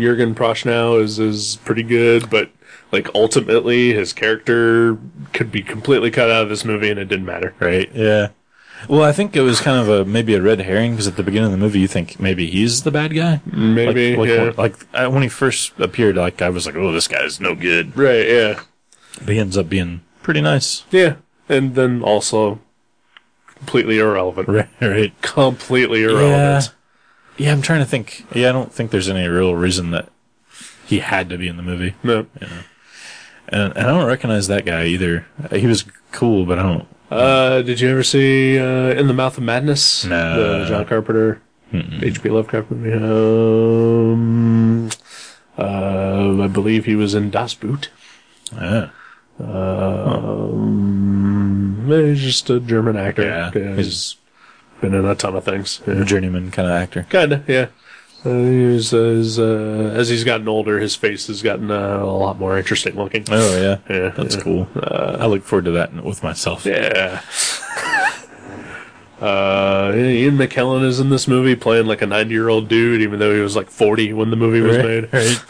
Speaker 1: Jurgen Prochnow is is pretty good, but like ultimately, his character could be completely cut out of this movie, and it didn't matter.
Speaker 2: Right? Yeah. Well, I think it was kind of a maybe a red herring because at the beginning of the movie you think maybe he's the bad guy.
Speaker 1: Maybe,
Speaker 2: like,
Speaker 1: yeah.
Speaker 2: like, like uh, when he first appeared, like I was like, oh, this guy's no good.
Speaker 1: Right, yeah.
Speaker 2: But he ends up being pretty nice.
Speaker 1: Yeah. And then also completely irrelevant.
Speaker 2: Right, right.
Speaker 1: Completely irrelevant.
Speaker 2: Yeah, I'm trying to think. Yeah, I don't think there's any real reason that he had to be in the movie.
Speaker 1: No.
Speaker 2: And, and I don't recognize that guy either. He was cool, but I don't.
Speaker 1: Uh, did you ever see uh, In the Mouth of Madness?
Speaker 2: No.
Speaker 1: The John Carpenter, H.P. Lovecraft movie. Um, uh, I believe he was in Das Boot.
Speaker 2: Uh,
Speaker 1: Um, he's just a German actor.
Speaker 2: yeah,
Speaker 1: he's
Speaker 2: he's
Speaker 1: been in a ton of things.
Speaker 2: a
Speaker 1: Yeah.
Speaker 2: journeyman kind of actor.
Speaker 1: Kinda, yeah. Uh, he's, uh, he's, uh, as he's gotten older, his face has gotten uh, a lot more interesting looking.
Speaker 2: Oh yeah,
Speaker 1: Yeah,
Speaker 2: that's
Speaker 1: yeah.
Speaker 2: cool. I look forward to that with myself.
Speaker 1: Yeah. Uh, Ian McKellen is in this movie playing like a 90 year old dude, even though he was like 40 when the movie was
Speaker 2: Right,
Speaker 1: made.
Speaker 2: right.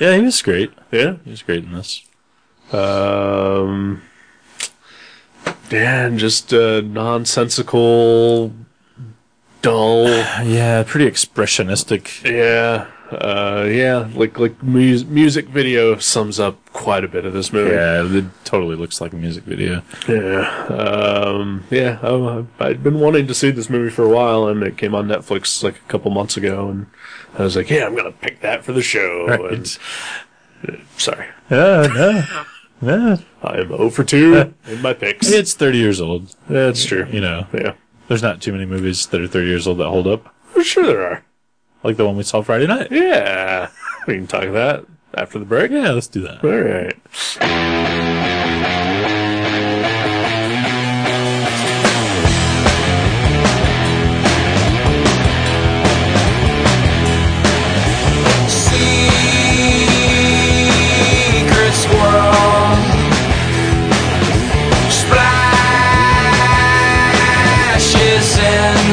Speaker 2: yeah, he was great.
Speaker 1: Yeah.
Speaker 2: He was great in this.
Speaker 1: Um, yeah, and just uh, nonsensical, dull.
Speaker 2: Uh, Yeah, pretty expressionistic.
Speaker 1: Yeah, uh, yeah, like like mu- music video sums up quite a bit of this movie.
Speaker 2: Yeah, it totally looks like a music video.
Speaker 1: yeah, um, yeah. I, I'd been wanting to see this movie for a while, and it came on Netflix like a couple months ago, and I was like, yeah, I'm gonna pick that for the show. And, sorry,
Speaker 2: Yeah, no, no.
Speaker 1: I am 0 for two in my picks.
Speaker 2: It's 30 years old.
Speaker 1: That's true.
Speaker 2: You know,
Speaker 1: Yeah,
Speaker 2: there's not too many movies that are 30 years old that hold up.
Speaker 1: I'm sure there are.
Speaker 2: Like the one we saw Friday night.
Speaker 1: Yeah, we can talk that after the break.
Speaker 2: Yeah, let's do that.
Speaker 1: All right.
Speaker 3: Secret swirl. Splashes in.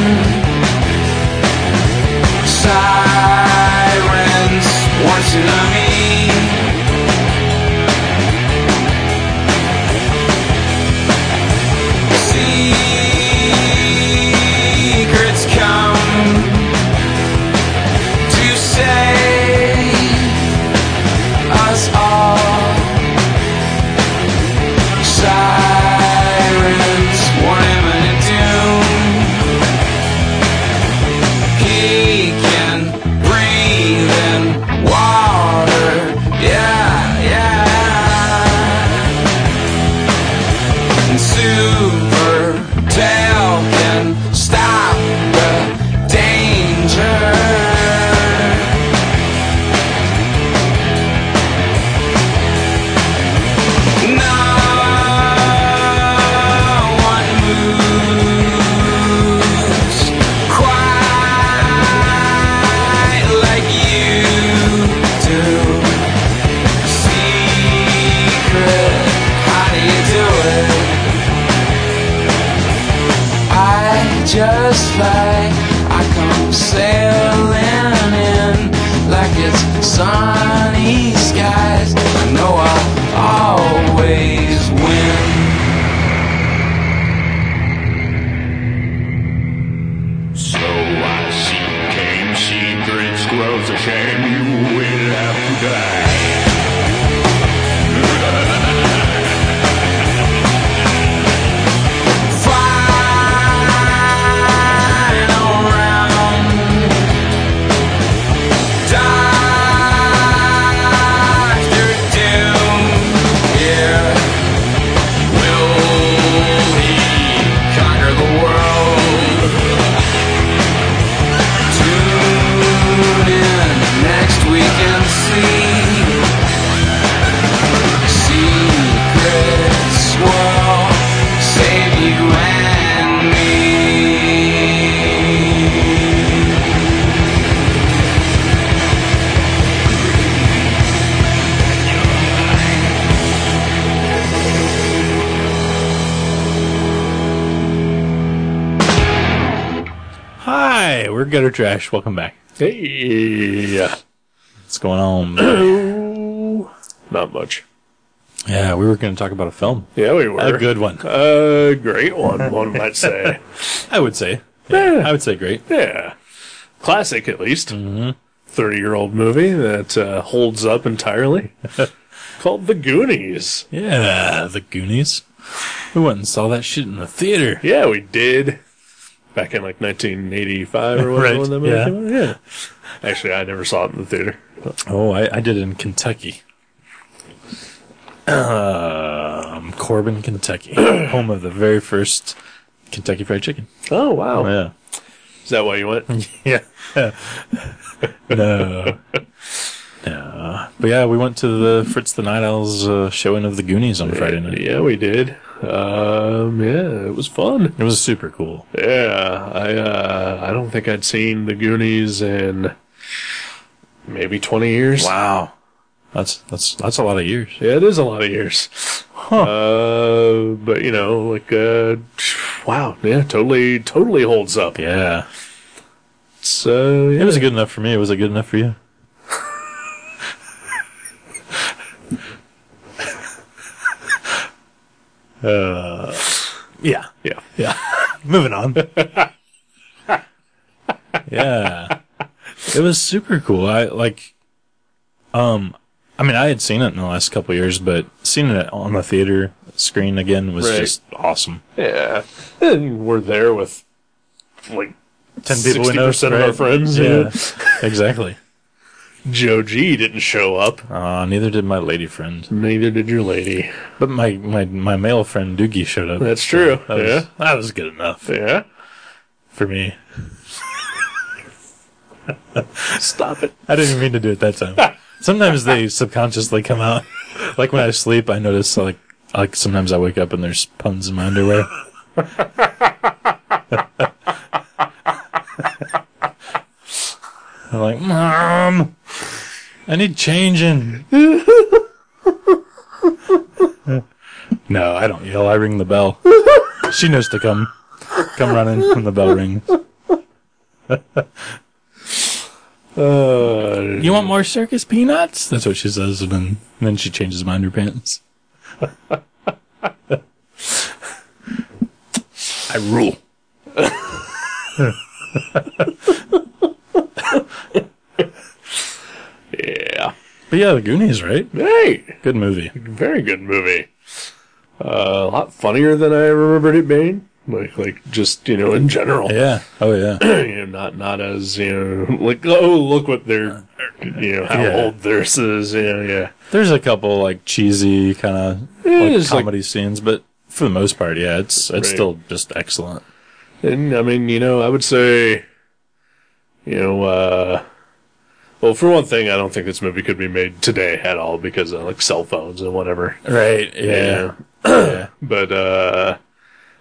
Speaker 3: Sirens. One tsunami. Secrets come to save us all. Sirens, what am I to do? He can breathe in water. Yeah, yeah and super tail can stop the danger. No one moves quite like you do. Secret, how do you do it? I just like I come sailing in like it's sunny skies. I know I'll always win.
Speaker 4: So I see came secrets grows a shame you will have to die.
Speaker 3: Final round. Doctor Doom. Yeah. Will he conquer the world? Tune in next week and see. Secrets will save you and me.
Speaker 2: Hi, we're Gutter Trash. Welcome back.
Speaker 1: Hey.
Speaker 2: What's going on?
Speaker 1: Oh, not much.
Speaker 2: yeah, we were going to talk about a film.
Speaker 1: Yeah, we were
Speaker 2: A good one.
Speaker 1: A great one, one might say.
Speaker 2: I would say.
Speaker 1: Yeah.
Speaker 2: I would say great.
Speaker 1: yeah. Classic, at least.
Speaker 2: Mm-hmm.
Speaker 1: 30 year old movie that uh, holds up entirely. Called The Goonies.
Speaker 2: Yeah, The Goonies. We went and saw that shit in the theater.
Speaker 1: Yeah, we did. Back in like 1985 or whatever.
Speaker 2: Right,
Speaker 1: when that movie
Speaker 2: yeah.
Speaker 1: came out, yeah. Actually, I never saw it in the theater.
Speaker 2: Oh, I, I did it in Kentucky. Um, Corbin, Kentucky, home of the very first Kentucky Fried Chicken.
Speaker 1: Oh, wow.
Speaker 2: Yeah.
Speaker 1: Is that why you went?
Speaker 2: Yeah. no. No. But yeah, we went to the Fritz the Night Owl's uh, showing of the Goonies on Friday night.
Speaker 1: Yeah, we did. Um, yeah, it was fun.
Speaker 2: It was super cool.
Speaker 1: Yeah, I uh, I don't think I'd seen The Goonies in maybe 20 years.
Speaker 2: Wow. That's that's that's a lot of years.
Speaker 1: Yeah, it is a lot of years. Uh, but you know, like, uh, wow, yeah, totally, totally holds up.
Speaker 2: Yeah.
Speaker 1: So yeah.
Speaker 2: It was good enough for me. Was it good enough for you? uh, yeah.
Speaker 1: yeah,
Speaker 2: Yeah. Moving on. yeah. It was super cool. I like um I mean I had seen it in the last couple of years, but seeing it on the theater screen again was
Speaker 1: Right.
Speaker 2: just awesome.
Speaker 1: yeah. And we're there with like
Speaker 2: Ten
Speaker 1: 60% of our friends,
Speaker 2: Yeah. exactly.
Speaker 1: Joe G didn't show up.
Speaker 2: Uh, neither did my lady friend.
Speaker 1: Neither did your lady.
Speaker 2: But my, my, my male friend Doogie showed up.
Speaker 1: That's true.
Speaker 2: That was,
Speaker 1: yeah,
Speaker 2: that was good enough
Speaker 1: yeah.
Speaker 2: for me.
Speaker 1: Stop it.
Speaker 2: I didn't mean to do it that time. Sometimes they subconsciously come out. Like when I sleep, I notice like like sometimes I wake up and there's puns in my underwear. I'm like, Mom, I need changing. no, I don't yell. I ring the bell. She knows to come, come running when the bell rings.
Speaker 1: Uh,
Speaker 2: You want more circus peanuts? That's what she says, and then, and then she changes my underpants. I rule.
Speaker 1: yeah.
Speaker 2: But yeah, The Goonies, right?
Speaker 1: Hey,
Speaker 2: Good movie.
Speaker 1: very good movie. Uh, a lot funnier than I remembered it being. Like, like just you know, in general.
Speaker 2: Yeah. Oh yeah.
Speaker 1: you know, not not as you know, like oh look what they're you know how
Speaker 2: Yeah.
Speaker 1: old this is, you know, yeah.
Speaker 2: There's a couple like cheesy kind of
Speaker 1: Yeah,
Speaker 2: like,
Speaker 1: it's like-
Speaker 2: comedy scenes, but for the most part, yeah, it's it's
Speaker 1: Right.
Speaker 2: still just excellent.
Speaker 1: And I mean, you know, I would say, you know, uh, well, for one thing, I don't think this movie could be made today at all because of like cell phones and whatever.
Speaker 2: Right.
Speaker 1: Yeah.
Speaker 2: Yeah.
Speaker 1: But uh,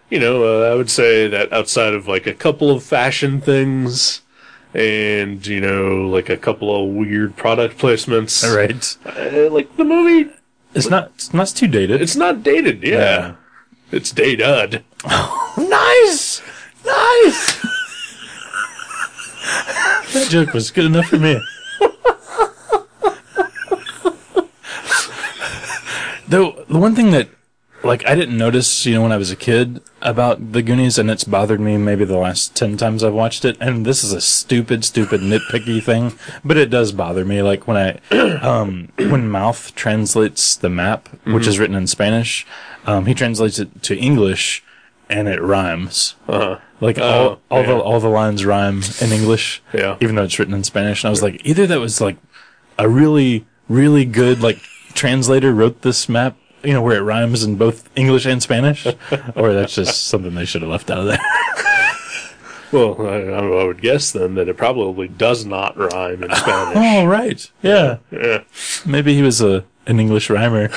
Speaker 1: you know, uh, I would say that outside of like a couple of fashion things. And you know, like a couple of weird product placements.
Speaker 2: Right.
Speaker 1: Uh, like the movie
Speaker 2: It's not it's not too dated.
Speaker 1: It's not dated, yeah.
Speaker 2: Yeah.
Speaker 1: It's dated.
Speaker 2: nice. Nice. that joke was good enough for me. Though the one thing that like I didn't notice, you know, when I was a kid about the Goonies and it's bothered me maybe the last 10 times I've watched it and this is a stupid stupid nitpicky thing, but it does bother me like when I um when Mouth translates the map, which
Speaker 1: Mm-hmm.
Speaker 2: is written in Spanish, um he translates it to English and it rhymes. Like all, all the
Speaker 1: Uh-huh. Oh, yeah.
Speaker 2: all the lines rhyme in English,
Speaker 1: Yeah.
Speaker 2: even though it's written in Spanish. And I was like, either that was like a really really good like translator wrote this map, you know, where it rhymes in both English and Spanish, or that's just something they should have left out of there.
Speaker 1: Well, I, I would guess then that it probably does not rhyme in Spanish.
Speaker 2: oh right, yeah.
Speaker 1: Yeah.
Speaker 2: Maybe he was a an English rhymer,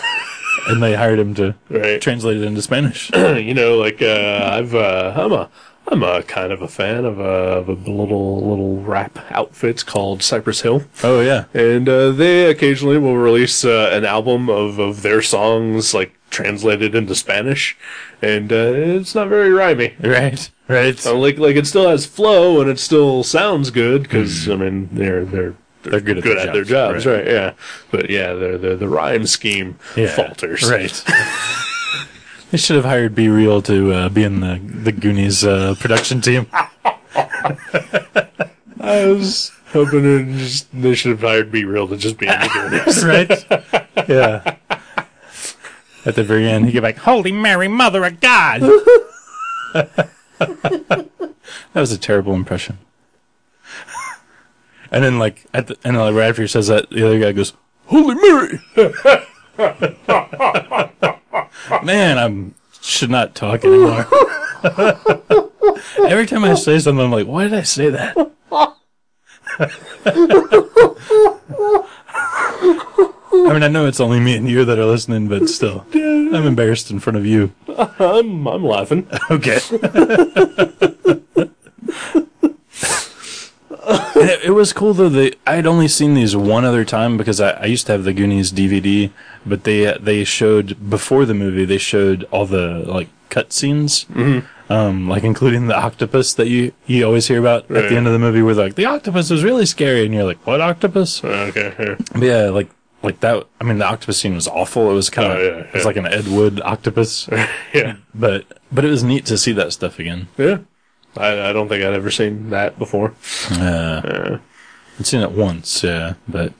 Speaker 2: and they hired him to
Speaker 1: Right.
Speaker 2: translate it into Spanish.
Speaker 1: you know, like uh, I've uh, I'm a I'm a kind of a fan of a, of a little little rap outfit called Cypress Hill,
Speaker 2: oh yeah,
Speaker 1: and uh, they occasionally will release uh, an album of of their songs like translated into Spanish, and uh, it's not very rhymey.
Speaker 2: right, right.
Speaker 1: Uh, like like it still has flow and it still sounds good because I mean they're they're
Speaker 2: Hmm. They're good at
Speaker 1: good
Speaker 2: their
Speaker 1: at their
Speaker 2: jobs,
Speaker 1: jobs, right? Yeah, but yeah, the the the rhyme scheme
Speaker 2: Yeah,
Speaker 1: falters.
Speaker 2: Right. they should have hired B Real to uh, be in the the Goonies uh, production team.
Speaker 1: I was hoping to just, they should have hired Be Real to just be in the Goonies.
Speaker 2: right. Yeah. at the very end, he'd get like, "Holy Mary, Mother of God!" that was a terrible impression. and then, like, at the, and like, right after he says that, the other guy goes, "Holy Mary!" Man, I'm should not talk anymore. Every time I say something, I'm like, "Why did I say that?" I mean, I know it's only me and you that are listening, but still, I'm embarrassed in front of you.
Speaker 1: I'm, I'm laughing.
Speaker 2: Okay. And it, it was cool though. They I had only seen these one other time because I, I used to have the Goonies DVD, but they uh, they showed before the movie. They showed all the like cutscenes, mm-hmm. um, like including the octopus that you you always hear about at
Speaker 1: Right.
Speaker 2: the end of the movie. Where they're like the octopus was really scary, and you're like, what octopus?
Speaker 1: okay, here.
Speaker 2: But yeah, like like that. I mean, the octopus scene was awful. It was kind of
Speaker 1: Oh, yeah,
Speaker 2: it was
Speaker 1: yeah.
Speaker 2: like an Ed Wood octopus,
Speaker 1: yeah,
Speaker 2: but but it was neat to see that stuff again.
Speaker 1: yeah. I, I don't think I'd ever seen that before.
Speaker 2: I'd seen it once, yeah. But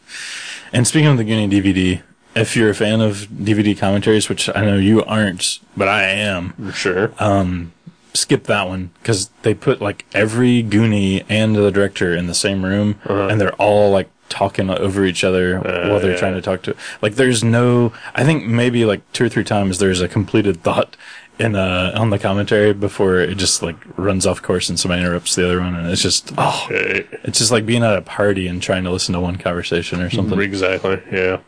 Speaker 2: and speaking of the Goonie DVD, if you're a fan of DVD commentaries, which I know you aren't, but I am,
Speaker 1: Sure.
Speaker 2: skip that one because they put like every Goonie and the director in the same room, and they're all like talking over each other while they're
Speaker 1: yeah.
Speaker 2: trying to talk to. Like, there's no. I think maybe like two or three times there's a completed thought in uh on the commentary before it just like runs off course and somebody interrupts the other one, and it's just oh.
Speaker 1: Okay.
Speaker 2: It's just like being at a party and trying to listen to one conversation or something.
Speaker 1: Exactly. Yeah.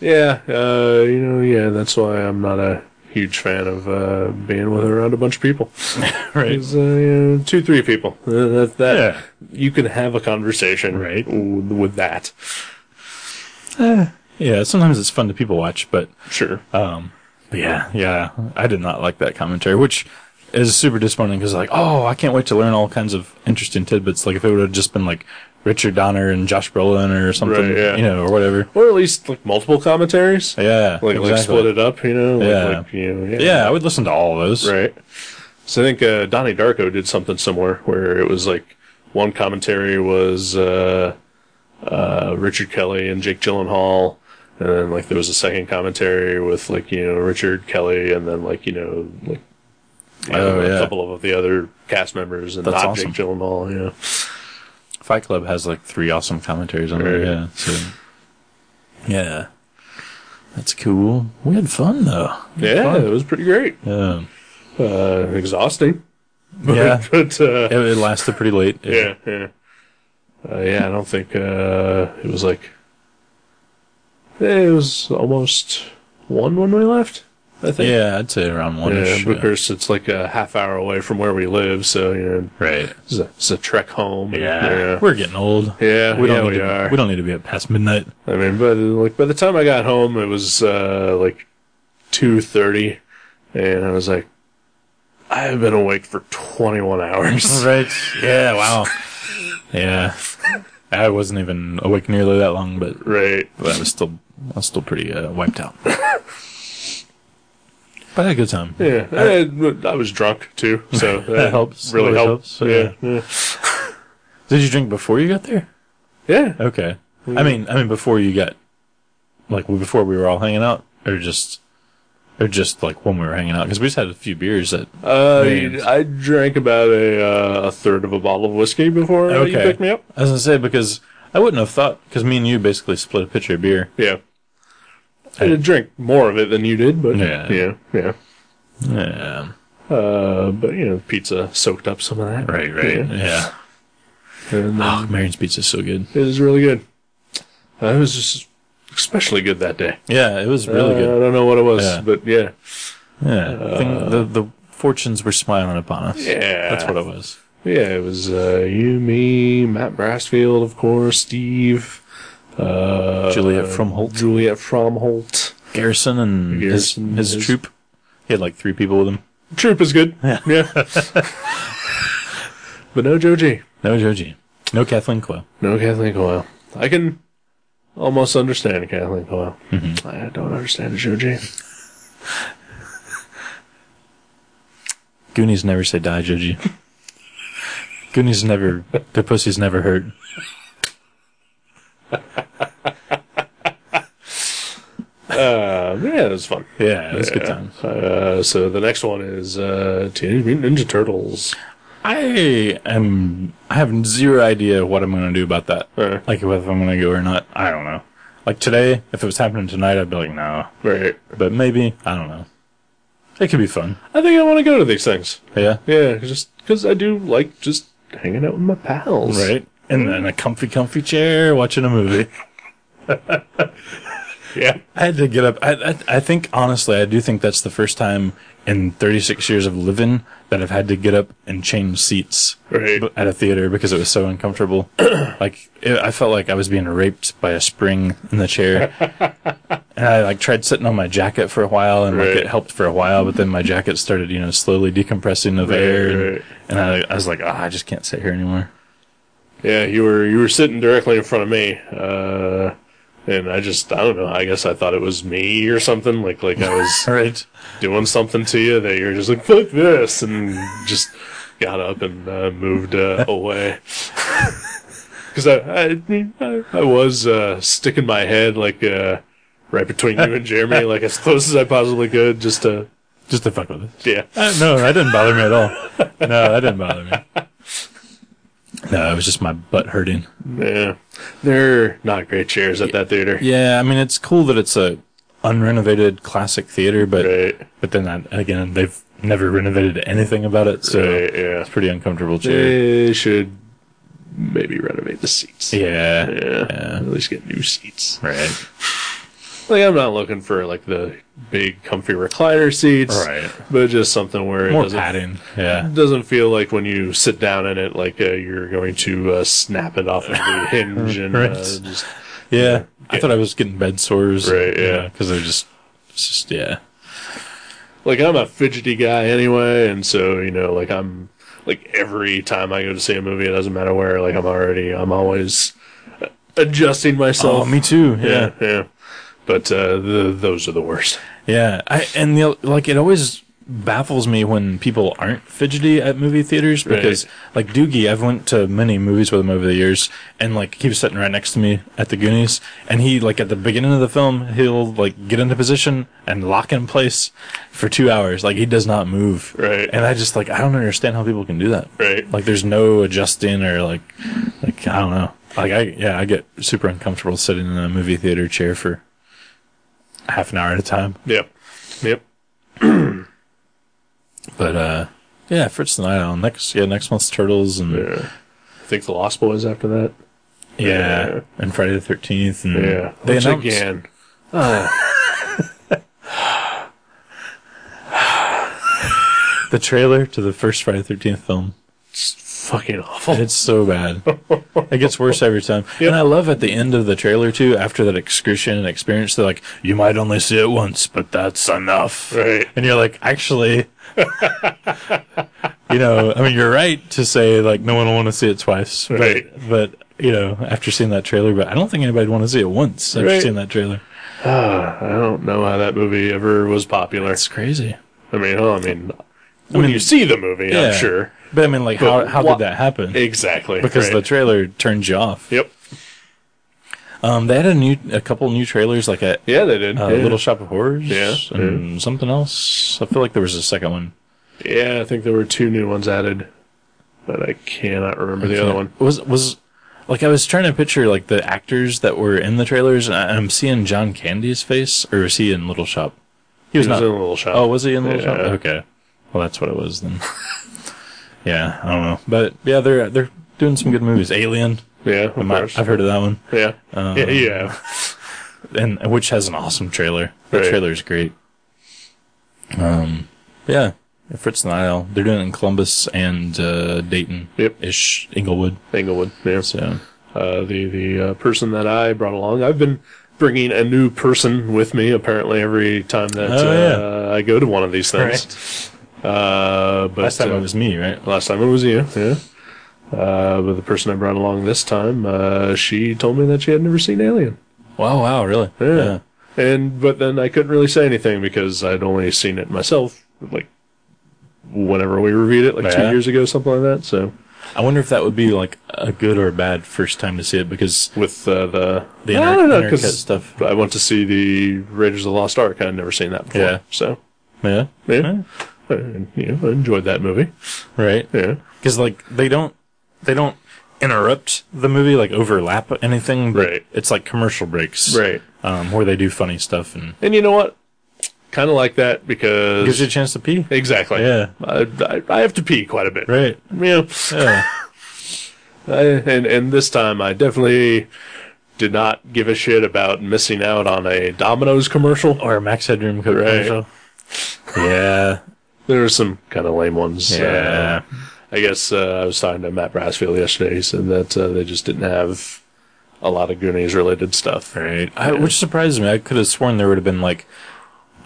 Speaker 1: Yeah. Uh, you know. Yeah. That's why I'm not a huge fan of uh, being with around a bunch of people.
Speaker 2: Right.
Speaker 1: It's, uh, yeah, two, three people. Uh, that, that
Speaker 2: Yeah.
Speaker 1: you can have a conversation
Speaker 2: Right.
Speaker 1: with, with that.
Speaker 2: Yeah, sometimes it's fun to people watch, but,
Speaker 1: Sure.
Speaker 2: but yeah, yeah, I did not like that commentary, which is super disappointing because like, oh, I can't wait to learn all kinds of interesting tidbits. Like if it would have just been like Richard Donner and Josh Brolin or something,
Speaker 1: Right, yeah.
Speaker 2: you know, or whatever.
Speaker 1: or at least like multiple commentaries.
Speaker 2: Yeah,
Speaker 1: Like like split it up. You know. Like,
Speaker 2: Yeah.
Speaker 1: Like, you know, yeah.
Speaker 2: Yeah, I would listen to all of those.
Speaker 1: Right. So I think uh, Donnie Darko did something similar where it was like one commentary was uh, uh, Richard Kelly and Jake Gyllenhaal, and then like there was a second commentary with like you know Richard Kelly and then like you know like you know,
Speaker 2: Oh,
Speaker 1: a
Speaker 2: yeah.
Speaker 1: couple of the other cast members and
Speaker 2: That's
Speaker 1: not
Speaker 2: awesome.
Speaker 1: Jake Gyllenhaal. Yeah.
Speaker 2: Fight Club has like three awesome commentaries on there.
Speaker 1: Right.
Speaker 2: Yeah, so yeah, that's cool. We had fun though.
Speaker 1: Yeah, it was pretty great.
Speaker 2: Yeah,
Speaker 1: Uh, exhausting,
Speaker 2: yeah.
Speaker 1: but uh,
Speaker 2: It, it lasted pretty late.
Speaker 1: yeah, yeah. Uh, yeah, I don't think uh, it was like eh, it was almost one when we left. I think.
Speaker 2: Yeah, I'd say around one
Speaker 1: Yeah,
Speaker 2: ish.
Speaker 1: of course, it's like a half hour away from where we live, so you know,
Speaker 2: Right.
Speaker 1: it's a, it's a trek home.
Speaker 2: Yeah.
Speaker 1: yeah.
Speaker 2: We're getting old.
Speaker 1: Yeah,
Speaker 2: We don't
Speaker 1: yeah,
Speaker 2: need
Speaker 1: we
Speaker 2: to,
Speaker 1: are.
Speaker 2: We don't need to be up past midnight.
Speaker 1: I mean, but like by the time I got home, it was uh, like two thirty, and I was like, I have been awake for twenty one hours.
Speaker 2: Right. Yeah, wow. yeah. I wasn't even awake nearly that long, but,
Speaker 1: right.
Speaker 2: but I was still I was still pretty uh, wiped out. but I had a good time.
Speaker 1: Yeah, I, I was drunk too, so that,
Speaker 2: helps.
Speaker 1: Really helps.
Speaker 2: Always helps,
Speaker 1: Yeah,
Speaker 2: yeah.
Speaker 1: yeah.
Speaker 2: Did you drink before you got there?
Speaker 1: yeah.
Speaker 2: Okay.
Speaker 1: Mm.
Speaker 2: I mean I mean before you got like before we were all hanging out or just or just like when we were hanging out because we just had a few beers that
Speaker 1: Uh,
Speaker 2: Names.
Speaker 1: I drank about a uh, a third of a bottle of whiskey before uh, you
Speaker 2: Okay.
Speaker 1: picked me up.
Speaker 2: I was gonna say because I wouldn't have thought because me and you basically split a pitcher of beer.
Speaker 1: Yeah, I did drink more of it than you did, but yeah,
Speaker 2: Yeah.
Speaker 1: yeah,
Speaker 2: Yeah,
Speaker 1: Uh, but you know, pizza soaked up some of that.
Speaker 2: Yeah.
Speaker 1: Yeah. And, uh,
Speaker 2: Oh, Marion's pizza's so good.
Speaker 1: it was really good. Uh, it was just especially good that day.
Speaker 2: Yeah, it was really
Speaker 1: Uh, I
Speaker 2: good.
Speaker 1: don't know what it was,
Speaker 2: Yeah.
Speaker 1: but yeah,
Speaker 2: Yeah, I think the the fortunes were smiling upon us.
Speaker 1: yeah,
Speaker 2: that's what it was.
Speaker 1: Yeah, it was uh, you, me, Matt Brassfield, of course, Steve, uh,
Speaker 2: Juliet from Holt,
Speaker 1: Juliet Fromholt.
Speaker 2: Garrison, and
Speaker 1: Garrison,
Speaker 2: his, his
Speaker 1: his-
Speaker 2: troop. He had like three people with him.
Speaker 1: Troop is good. Yeah. but no Joji.
Speaker 2: No Joji, no Kathleen Coyle.
Speaker 1: No Kathleen Coyle. I can almost understand Kathleen Coyle. I don't understand Joji.
Speaker 2: Goonies never say die, Joji. Goonies never, their pussies never hurt.
Speaker 1: Uh, Uh, yeah, it was fun.
Speaker 2: Yeah, it was good times.
Speaker 1: Uh, so the next one is uh, Teenage Mutant Ninja Turtles.
Speaker 2: I am. I have zero idea what I'm going to do about that.
Speaker 1: Sure.
Speaker 2: Like, whether I'm going to go or not. I don't know. Like today, if it was happening tonight, I'd be like, no.
Speaker 1: Right.
Speaker 2: But maybe I don't know. It could be fun.
Speaker 1: I think I want to go to these things.
Speaker 2: Yeah.
Speaker 1: Yeah, just because I do like just hanging out with my pals.
Speaker 2: Right. And then a comfy, comfy chair, watching a movie.
Speaker 1: Yeah.
Speaker 2: I had to get up. I, I, I think honestly, I do think that's the first time in 36 years of living that I've had to get up and change seats
Speaker 1: Right.
Speaker 2: b- at a theater because it was so uncomfortable. like it, I felt like I was being raped by a spring in the chair, and I like tried sitting on my jacket for a while, and like
Speaker 1: Right.
Speaker 2: it helped for a while, but then my jacket started, you know, slowly decompressing of air, and,
Speaker 1: right.
Speaker 2: and I, I was like, ah, I just can't sit here anymore.
Speaker 1: Yeah, you were you were sitting directly in front of me, uh, and I just I don't know. I guess I thought it was me or something. Like like I was
Speaker 2: All right.
Speaker 1: doing something to you that you're just like fuck this and just got up and uh, moved uh, away. Because I, I I was uh, sticking my head like uh, right between you and Jeremy, like as close as I possibly could, just to
Speaker 2: Just to fuck with it.
Speaker 1: yeah.
Speaker 2: Uh, no, that didn't bother me at all. No, that didn't bother me. No, it was just my butt hurting.
Speaker 1: Yeah, they're not great chairs at that theater.
Speaker 2: Yeah, I mean it's cool that it's a unrenovated classic theater, but
Speaker 1: Right.
Speaker 2: but then I, again they've never renovated anything about it, so
Speaker 1: Right, yeah.
Speaker 2: it's a pretty uncomfortable chair.
Speaker 1: They should maybe renovate the seats.
Speaker 2: Yeah,
Speaker 1: Yeah.
Speaker 2: yeah,
Speaker 1: At least get new seats.
Speaker 2: right.
Speaker 1: Like I'm not looking for like the big comfy recliner seats.
Speaker 2: Right.
Speaker 1: But just something where it
Speaker 2: More
Speaker 1: doesn't
Speaker 2: padding. Yeah,
Speaker 1: doesn't feel like when you sit down in it like uh, you're going to uh, snap it off of the hinge and
Speaker 2: Right.
Speaker 1: uh, just
Speaker 2: yeah. I thought I was getting bed sores.
Speaker 1: Right, yeah.
Speaker 2: because they're just, it's just yeah.
Speaker 1: like I'm a fidgety guy anyway, and so you know, like I'm like every time I go to see a movie, it doesn't matter where. Like I'm already, I'm always adjusting
Speaker 2: Oh,
Speaker 1: myself.
Speaker 2: me too. yeah.
Speaker 1: yeah, yeah. But uh, the, those are the worst.
Speaker 2: Yeah, I and the like it always baffles me when people aren't fidgety at movie theaters because like Doogie, I've went to many movies with him over the years and like he was sitting right next to me at the Goonies and he like at the beginning of the film he'll like get into position and lock in place for 2 hours like he does not move.
Speaker 1: Right.
Speaker 2: And I just like I don't understand how people can do that.
Speaker 1: Right.
Speaker 2: Like there's no adjusting or like like I don't know. Like I yeah, I get super uncomfortable sitting in a movie theater chair for half an hour at a time.
Speaker 1: Yep, yep.
Speaker 2: But uh yeah, Fritz and I on next yeah, next month's Turtles and yeah,
Speaker 1: Yeah. I think the Lost Boys after that. Yeah.
Speaker 2: and Friday the thirteenth and
Speaker 1: Yeah,
Speaker 2: they
Speaker 1: Which
Speaker 2: announced
Speaker 1: again.
Speaker 2: the trailer to the first Friday the thirteenth film.
Speaker 1: Fucking awful.
Speaker 2: It's so bad. it gets worse every time.
Speaker 1: Yep.
Speaker 2: And I love at the end of the trailer too, after that excruciating experience, they're like, You might only see it once, but that's enough.
Speaker 1: Right.
Speaker 2: And you're like, actually You know, I mean you're right to say like no one will want to see it twice. but-
Speaker 1: Right.
Speaker 2: But, you know, after seeing that trailer, but I don't think anybody'd want to see it once after
Speaker 1: Right.
Speaker 2: seeing that trailer.
Speaker 1: I don't know how that movie ever was popular.
Speaker 2: It's crazy.
Speaker 1: I mean, oh, I mean, when
Speaker 2: mean,
Speaker 1: you see the movie,
Speaker 2: Yeah.
Speaker 1: I'm sure.
Speaker 2: But I mean, like,
Speaker 1: But
Speaker 2: how, how
Speaker 1: wha-
Speaker 2: did that happen?
Speaker 1: Exactly.
Speaker 2: because the
Speaker 1: right.
Speaker 2: trailer turns you off.
Speaker 1: Yep.
Speaker 2: Um, they had a new, a couple new trailers, like a,
Speaker 1: Yeah, they did.
Speaker 2: uh,
Speaker 1: yeah.
Speaker 2: Little Shop of Horrors,
Speaker 1: Yeah, Mm-hmm.
Speaker 2: and something else. I feel like there was a second one.
Speaker 1: Yeah, I think there were two new ones added, but I cannot remember the other one.
Speaker 2: was was like I was trying to picture like the actors that were in the trailers, and I, I'm seeing John Candy's face, or was he in Little Shop? He was,
Speaker 1: It was
Speaker 2: not.
Speaker 1: in a little shop.
Speaker 2: oh, was he in Little Shop?
Speaker 1: Yeah.
Speaker 2: Okay, well that's what it was then. yeah, I don't know, but yeah, they're they're doing some good movies. Alien,
Speaker 1: yeah, of
Speaker 2: I-
Speaker 1: course.
Speaker 2: I've Uh, heard of that one.
Speaker 1: yeah. yeah, yeah,
Speaker 2: and which has an awesome trailer. The
Speaker 1: Right.
Speaker 2: trailer's great. Um, yeah, Fritz and I, they're doing it in Columbus and uh, Dayton,
Speaker 1: Yep.
Speaker 2: ish Inglewood.
Speaker 1: Englewood. Yeah.
Speaker 2: So
Speaker 1: Uh, the the uh, person that I brought along, I've been bringing a new person with me apparently every time that
Speaker 2: Oh,
Speaker 1: uh, I go to one of these things. Uh, but
Speaker 2: last time
Speaker 1: uh,
Speaker 2: it was me, right?
Speaker 1: last time it was you. Yeah. Uh, but the person I brought along this time, uh, she told me that she had never seen Alien.
Speaker 2: Wow, wow, really?
Speaker 1: Yeah. And but then I couldn't really say anything because I'd only seen it myself, like whenever we reviewed it, like two
Speaker 2: Yeah.
Speaker 1: years ago, something like that. So
Speaker 2: I wonder if that would be like a good or a bad first time to see it because
Speaker 1: with uh, the
Speaker 2: The
Speaker 1: I
Speaker 2: inter-
Speaker 1: don't know,
Speaker 2: intercut
Speaker 1: 'cause
Speaker 2: stuff.
Speaker 1: I went to see the Raiders of the Lost Ark. I'd never seen that before.
Speaker 2: Yeah.
Speaker 1: So
Speaker 2: yeah,
Speaker 1: yeah, I, you know, I enjoyed that movie.
Speaker 2: right
Speaker 1: Yeah,
Speaker 2: because like they don't they don't interrupt the movie like overlap anything. but
Speaker 1: Right.
Speaker 2: It's like commercial breaks.
Speaker 1: right.
Speaker 2: Um, where they do funny stuff and
Speaker 1: And you know what? Kind of like that
Speaker 2: gives
Speaker 1: because
Speaker 2: you a chance to pee.
Speaker 1: exactly.
Speaker 2: Yeah.
Speaker 1: I, I, I have to pee quite a bit.
Speaker 2: Right.
Speaker 1: Yeah.
Speaker 2: Yeah.
Speaker 1: I, and and this time I definitely did not give a shit about missing out on a Domino's commercial.
Speaker 2: or a Max Headroom Coke
Speaker 1: Right.
Speaker 2: commercial. Yeah.
Speaker 1: There were some kind of lame ones.
Speaker 2: Yeah.
Speaker 1: Uh, I guess uh, I was talking to Matt Brassfield yesterday. He said that uh, they just didn't have a lot of Goonies related stuff.
Speaker 2: Right. I, which surprised me. I could have sworn there would have been like,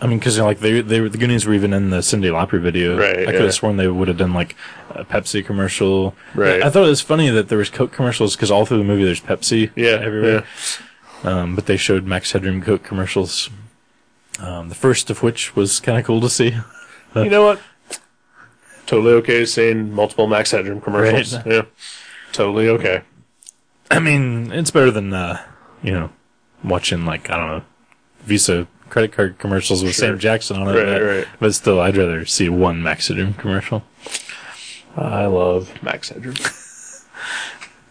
Speaker 2: I mean, because you know, like they they were, the Goonies were even in the Cindy Lauper video.
Speaker 1: Right,
Speaker 2: I could
Speaker 1: yeah.
Speaker 2: have sworn they would have done like a Pepsi commercial.
Speaker 1: Right.
Speaker 2: I, thought it was funny that there was Coke commercials because all through the movie there's Pepsi.
Speaker 1: Yeah,
Speaker 2: Everywhere. Um, but they showed Max Headroom Coke commercials. Um, the first of which was kind of cool to see.
Speaker 1: You know what? Totally okay seeing multiple Max Headroom commercials.
Speaker 2: Right.
Speaker 1: Yeah, totally okay.
Speaker 2: I mean, it's better than uh, you know, watching like I don't know, Visa credit card commercials with
Speaker 1: Sure.
Speaker 2: Sam Jackson on it.
Speaker 1: Right,
Speaker 2: but,
Speaker 1: right.
Speaker 2: but still, I'd rather see one Maxidum commercial.
Speaker 1: I love Max Headroom.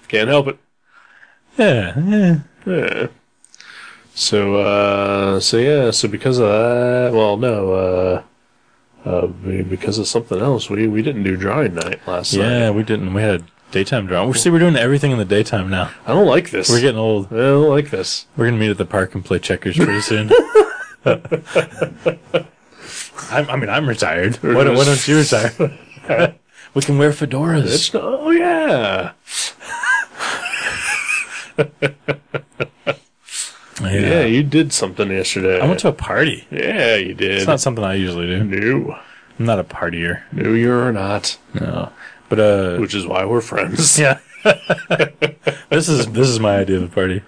Speaker 1: Can't help it.
Speaker 2: Yeah, yeah.
Speaker 1: Yeah. So, uh, so yeah, so because of that, well, no, uh, uh, be- because of something else, we, we didn't do drawing night last night.
Speaker 2: yeah. We didn't. We had a daytime draw. We see, we're doing everything in the daytime now.
Speaker 1: I don't like this.
Speaker 2: We're getting old.
Speaker 1: I don't like this.
Speaker 2: We're gonna meet at the park and play checkers pretty soon. I'm, I mean, I'm retired. Why don't, why don't you retire? we can wear fedoras.
Speaker 1: It's not, oh yeah. Yeah, you did something yesterday.
Speaker 2: I went to a party.
Speaker 1: yeah, you did.
Speaker 2: It's not something I usually do.
Speaker 1: new.
Speaker 2: I'm not a partier.
Speaker 1: No, you're not.
Speaker 2: No, but uh,
Speaker 1: Which is why we're friends.
Speaker 2: yeah. this is this is my idea of a party.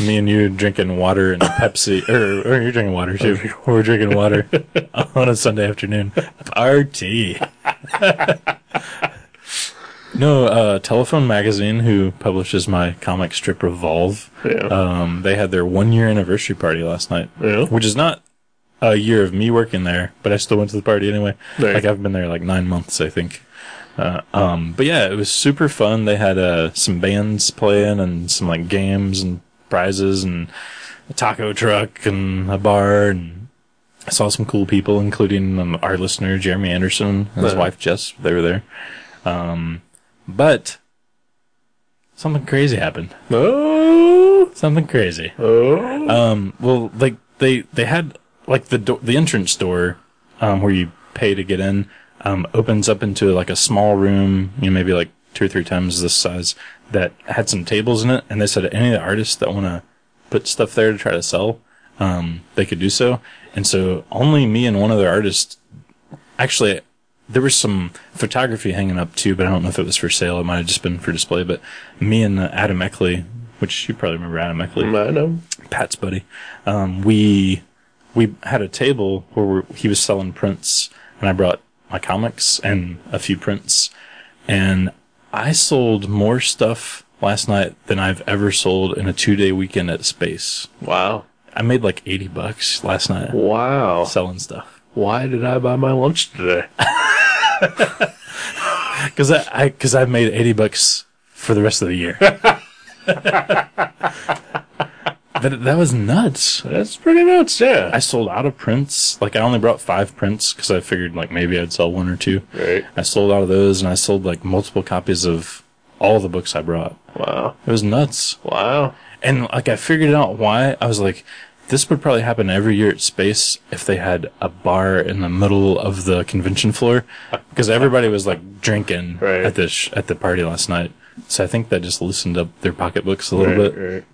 Speaker 2: Me and you drinking water and Pepsi, or, or you're drinking water too. We're drinking water on a Sunday afternoon party. no, uh, Telephone Magazine, who publishes my comic strip Revolve,
Speaker 1: Yeah.
Speaker 2: um, they had their one year anniversary party last night,
Speaker 1: Yeah.
Speaker 2: which is not a year of me working there, but I still went to the party anyway.
Speaker 1: Right.
Speaker 2: Like I've been there like nine months, I think. Uh, um, but yeah, it was super fun. They had uh, some bands playing and some like games and prizes and a taco truck and a bar and I saw some cool people, including um, our listener Jeremy Anderson and his
Speaker 1: Uh-huh.
Speaker 2: wife Jess. They were there. Um, but something crazy happened.
Speaker 1: Oh,
Speaker 2: Something crazy.
Speaker 1: oh.
Speaker 2: Um, well, like they they had like the do- the entrance door, um, where you pay to get in, um, opens up into like a small room, you know, maybe like two or three times this size, that had some tables in it, and they said any of the artists that want to put stuff there to try to sell, um, they could do so, and so only me and one other artist, actually. There was some photography hanging up too, but I don't know if it was for sale. It might have just been for display. But me and uh, Adam Eckley, which you probably remember Adam Eckley,
Speaker 1: I know.
Speaker 2: Pat's buddy, um, we we had a table where we he was selling prints, and I brought my comics and a few prints, and I sold more stuff last night than I've ever sold in a two day weekend at Space.
Speaker 1: Wow.
Speaker 2: I made like eighty bucks last night
Speaker 1: Wow.
Speaker 2: selling stuff
Speaker 1: Why did I buy my lunch today?
Speaker 2: because I because I, made eighty bucks for the rest of the year. that that was nuts.
Speaker 1: That's pretty nuts, yeah.
Speaker 2: I sold out of prints. Like I only brought five prints because I figured like maybe I'd sell one or two.
Speaker 1: Right.
Speaker 2: I sold out of those, and I sold like multiple copies of all the books I brought.
Speaker 1: Wow.
Speaker 2: It was nuts.
Speaker 1: Wow.
Speaker 2: And like I figured out why. I was like, this would probably happen every year at Space if they had a bar in the middle of the convention floor, because everybody was like drinking
Speaker 1: Right.
Speaker 2: at this sh- at the party last night. So I think that just loosened up their pocketbooks a little
Speaker 1: Right,
Speaker 2: bit.
Speaker 1: right.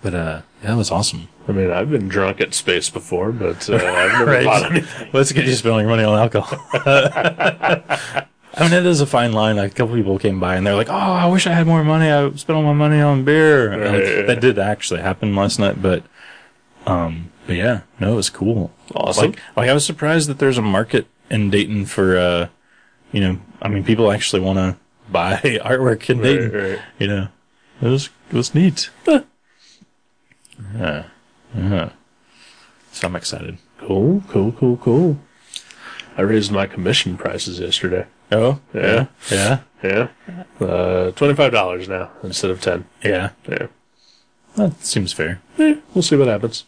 Speaker 2: But uh, yeah, that was awesome.
Speaker 1: I mean, I've been drunk at space before, but uh, I've never
Speaker 2: Right.
Speaker 1: bought anything.
Speaker 2: Let's get you spending money on alcohol. I mean, it is a fine line. Like, a couple people came by and they're like, "Oh, I wish I had more money. I spent all my money on beer." And, like,
Speaker 1: Right.
Speaker 2: That did actually happen last night, but um, but yeah, no, it was cool.
Speaker 1: Awesome.
Speaker 2: Like, like I was surprised that there's a market in Dayton for uh, you know, I mean, people actually want to buy artwork in Dayton.
Speaker 1: right.
Speaker 2: You know, it was it was neat. Huh. Yeah. Yeah. So I'm excited.
Speaker 1: Cool, cool, cool, cool. I raised my commission prices yesterday.
Speaker 2: Oh
Speaker 1: Yeah.
Speaker 2: yeah,
Speaker 1: Yeah.
Speaker 2: Uh-huh.
Speaker 1: Uh, $25 now instead of 10
Speaker 2: yeah.
Speaker 1: Yeah.
Speaker 2: That seems fair.
Speaker 1: Eh, we'll see what happens.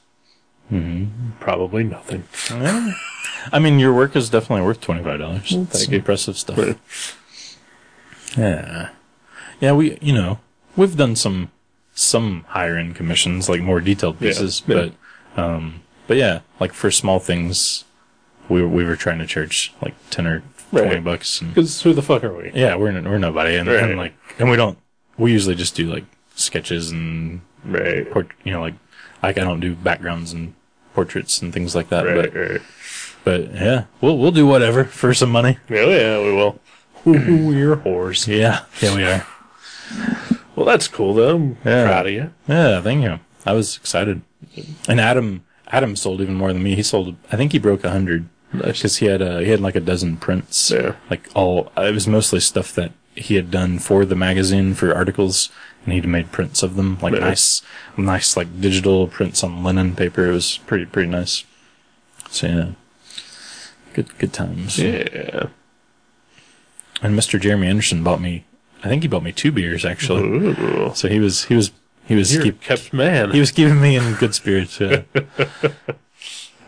Speaker 1: Mm-hmm. Probably nothing.
Speaker 2: I mean, your work is definitely worth twenty five dollars. That's
Speaker 1: thank you.
Speaker 2: impressive stuff. yeah, yeah. We, you know, we've done some some higher end commissions, like more detailed
Speaker 1: Yeah,
Speaker 2: pieces,
Speaker 1: yeah.
Speaker 2: but um, but yeah, like for small things, we we were trying to charge like ten or twenty
Speaker 1: Right.
Speaker 2: bucks. And,
Speaker 1: Because who the fuck are we?
Speaker 2: yeah, we're n- we're nobody, and,
Speaker 1: Right.
Speaker 2: and like, and we don't. We usually just do like sketches and
Speaker 1: Right.
Speaker 2: port, you know, like I, I don't do backgrounds and portraits and things like that. But
Speaker 1: Right, right.
Speaker 2: but yeah, we'll we'll do whatever for some money.
Speaker 1: Oh, yeah, we will. We're whores.
Speaker 2: Yeah, yeah, we are.
Speaker 1: Well, that's cool, though. I'm
Speaker 2: Yeah.
Speaker 1: proud of you.
Speaker 2: Yeah, thank you. I was excited. And Adam, Adam sold even more than me. He sold, I think he broke a hundred because he had uh he had like a dozen prints.
Speaker 1: Yeah.
Speaker 2: Like all, it was mostly stuff that he had done for the magazine for articles, and he'd made prints of them, like
Speaker 1: Yeah.
Speaker 2: nice, nice like digital prints on linen paper. It was pretty pretty nice. So yeah, good good times.
Speaker 1: Yeah.
Speaker 2: And Mr. Jeremy Anderson bought me. I think he bought me two beers actually.
Speaker 1: Ooh.
Speaker 2: So he was he was he was
Speaker 1: You're a
Speaker 2: keep,
Speaker 1: kept man.
Speaker 2: he was keeping me in good spirits. Yeah.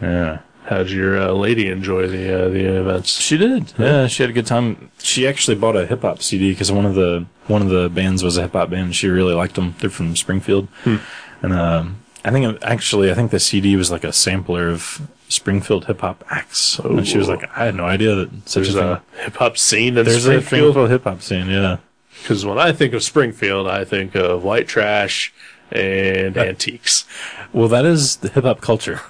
Speaker 2: yeah.
Speaker 1: How'd your uh, lady enjoy the uh, the events?
Speaker 2: She did. Yeah, she had a good time. She actually bought a hip hop CD because one of the one of the bands was a hip hop band. She really liked them. They're from Springfield, and um, I think it- actually I think the CD was like a sampler of Springfield hip hop acts. And she was
Speaker 1: Ooh.
Speaker 2: like, I had no idea that such
Speaker 1: There's
Speaker 2: a
Speaker 1: a
Speaker 2: thing.
Speaker 1: hip hop Uh, scene in
Speaker 2: There's a
Speaker 1: Springfield.
Speaker 2: Springfield hip hop scene. Yeah.
Speaker 1: Because when I think of Springfield, I think of white trash and antiques.
Speaker 2: Well, that is the hip hop culture.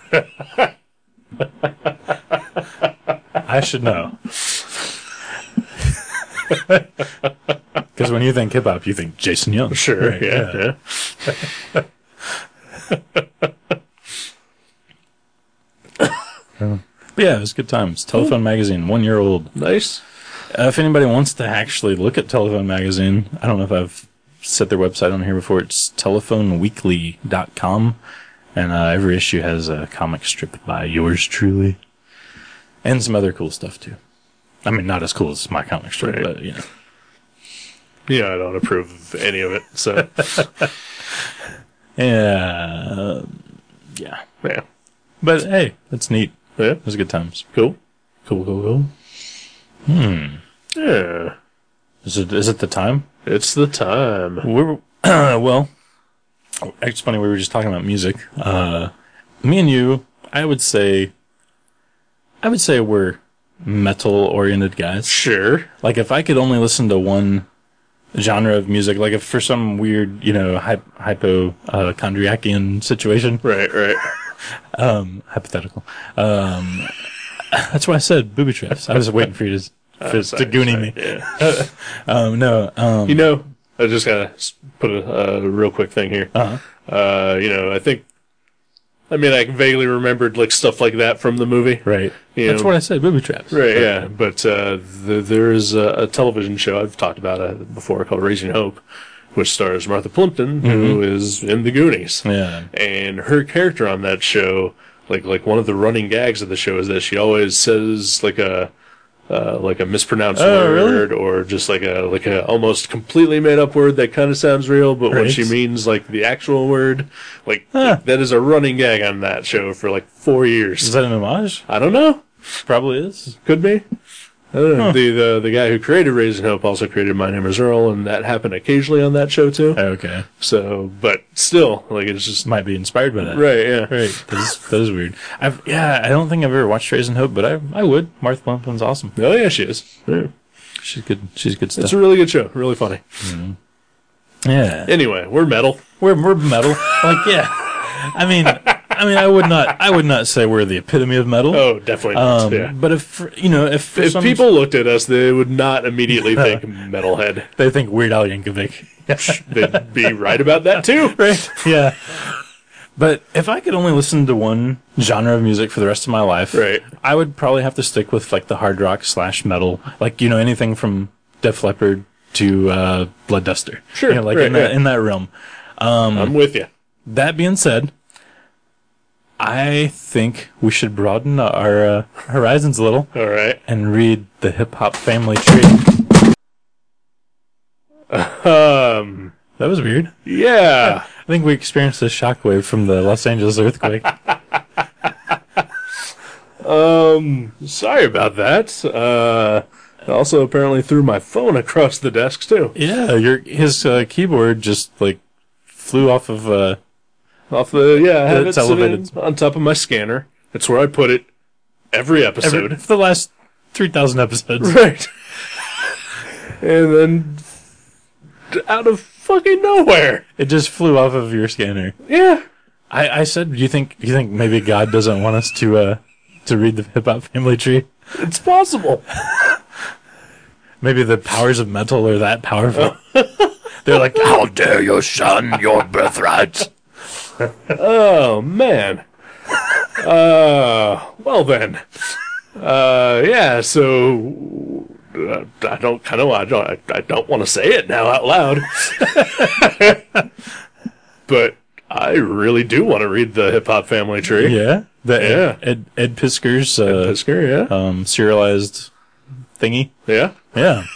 Speaker 2: I should know. Because when you think hip hop, you think Jason Young.
Speaker 1: Sure,
Speaker 2: Right,
Speaker 1: yeah, yeah.
Speaker 2: But yeah, it was good times. Telephone magazine, one year old.
Speaker 1: Nice.
Speaker 2: Uh, if anybody wants to actually look at Telephone magazine, I don't know if I've set their website on here before. It's telephoneweekly.com. And uh, every issue has a comic strip by yours truly. And some other cool stuff, too. I mean, not as cool as my comic strip,
Speaker 1: Right.
Speaker 2: but, you know.
Speaker 1: Yeah, I don't approve of any of it. So,
Speaker 2: Yeah. Yeah.
Speaker 1: yeah.
Speaker 2: But hey, that's neat.
Speaker 1: Yeah.
Speaker 2: It was good times.
Speaker 1: Cool. Cool, cool, cool. Hmm. Yeah.
Speaker 2: Is it, is it the time?
Speaker 1: It's the time.
Speaker 2: We were, well, it's funny, we were just talking about music. Uh, me and you, I would say, I would say we're metal oriented guys.
Speaker 1: Sure.
Speaker 2: Like, if I could only listen to one genre of music, like if for some weird, you know, hy- hypochondriacian situation,
Speaker 1: Right, right.
Speaker 2: hypothetical. Um, that's why I said booby traps. I was waiting for you to, for,
Speaker 1: Oh, sorry,
Speaker 2: to goonie
Speaker 1: sorry.
Speaker 2: me.
Speaker 1: Yeah.
Speaker 2: Um, no, um,
Speaker 1: You know, I just gotta s- put a, a real quick thing here.
Speaker 2: uh-huh.
Speaker 1: Uh, you know, I think. I mean, I vaguely remembered like stuff like that from the movie.
Speaker 2: right.
Speaker 1: Yeah.
Speaker 2: That's what I said. Booby traps.
Speaker 1: Right, yeah, but uh, th there is a, a television show I've talked about uh, before called Raising Hope, which stars Martha Plimpton, who is in The Goonies,
Speaker 2: Mm-hmm. Yeah.
Speaker 1: and her character on that show, like like one of the running gags of the show is that she always says like a uh, like a mispronounced
Speaker 2: Oh, really?
Speaker 1: word or just like a like a almost completely made up word that kind of sounds real, but when
Speaker 2: Right.
Speaker 1: she means like the actual word, like
Speaker 2: Huh.
Speaker 1: that is a running gag on that show for like four
Speaker 2: Is
Speaker 1: years.
Speaker 2: that an homage?
Speaker 1: I don't know.
Speaker 2: Probably is.
Speaker 1: Could be. I don't know. The, the the guy who created Raising Hope also created My Name Is Earl, and that happened occasionally on that show too.
Speaker 2: Oh, Okay.
Speaker 1: So, but still, like it's just
Speaker 2: Might be inspired by that.
Speaker 1: right. Yeah.
Speaker 2: Right. That is, that is weird. I've, yeah, I don't think I've ever watched Raising Hope, but I, I would. Martha Plimpton's awesome.
Speaker 1: Oh yeah, she is. Yeah.
Speaker 2: She's good. She's good
Speaker 1: It's
Speaker 2: stuff.
Speaker 1: a really good show. Really funny.
Speaker 2: yeah.
Speaker 1: Anyway, we're metal.
Speaker 2: We're we're metal. like yeah. I mean, I mean, I would not, I would not say we're the epitome of metal.
Speaker 1: Oh, definitely. not,
Speaker 2: Um,
Speaker 1: yeah.
Speaker 2: But if you know, if, for
Speaker 1: If
Speaker 2: some-
Speaker 1: people looked at us, they would not immediately think metalhead.
Speaker 2: they think Weird Al Yankovic,
Speaker 1: They'd be right about that too.
Speaker 2: right? Yeah. But if I could only listen to one genre of music for the rest of my life,
Speaker 1: Right.
Speaker 2: I would probably have to stick with like the hard rock slash metal, like you know anything from Def Leppard to uh, Blood Duster.
Speaker 1: Sure,
Speaker 2: You know, like
Speaker 1: right,
Speaker 2: in, that,
Speaker 1: right.
Speaker 2: in that realm.
Speaker 1: I'm with you.
Speaker 2: That being said, I think we should broaden our uh, horizons a little
Speaker 1: All right.
Speaker 2: and read the hip hop family tree.
Speaker 1: Um.
Speaker 2: That was weird.
Speaker 1: Yeah.
Speaker 2: I think we experienced a shockwave from the Los Angeles earthquake.
Speaker 1: Um. Sorry about that. Uh. I Also, apparently, threw my phone across the desk too,
Speaker 2: yeah, your his uh, keyboard just like flew off of. Uh,
Speaker 1: off the yeah. I have
Speaker 2: It's
Speaker 1: it sitting
Speaker 2: elevated.
Speaker 1: on top of my scanner. That's where I put it every
Speaker 2: every-
Speaker 1: episode.
Speaker 2: for the last three thousand episodes.
Speaker 1: Right. and then out of fucking nowhere.
Speaker 2: It just flew off of your scanner.
Speaker 1: Yeah.
Speaker 2: I, I said, do you think do you think maybe God doesn't want us to uh to read the hip hop family tree?
Speaker 1: It's possible.
Speaker 2: Maybe the powers of metal are that powerful. They're like,
Speaker 4: How dare you shun your birthright?
Speaker 1: Oh man. uh well then. Uh yeah, so uh, I don't kind of I don't I, I don't want to say it now out loud. but I really do want to read the hip hop family tree.
Speaker 2: yeah, the
Speaker 1: Yeah.
Speaker 2: Ed, Ed, Ed Pisker's uh,
Speaker 1: Pisker, yeah.
Speaker 2: um, serialized thingy.
Speaker 1: yeah.
Speaker 2: Yeah,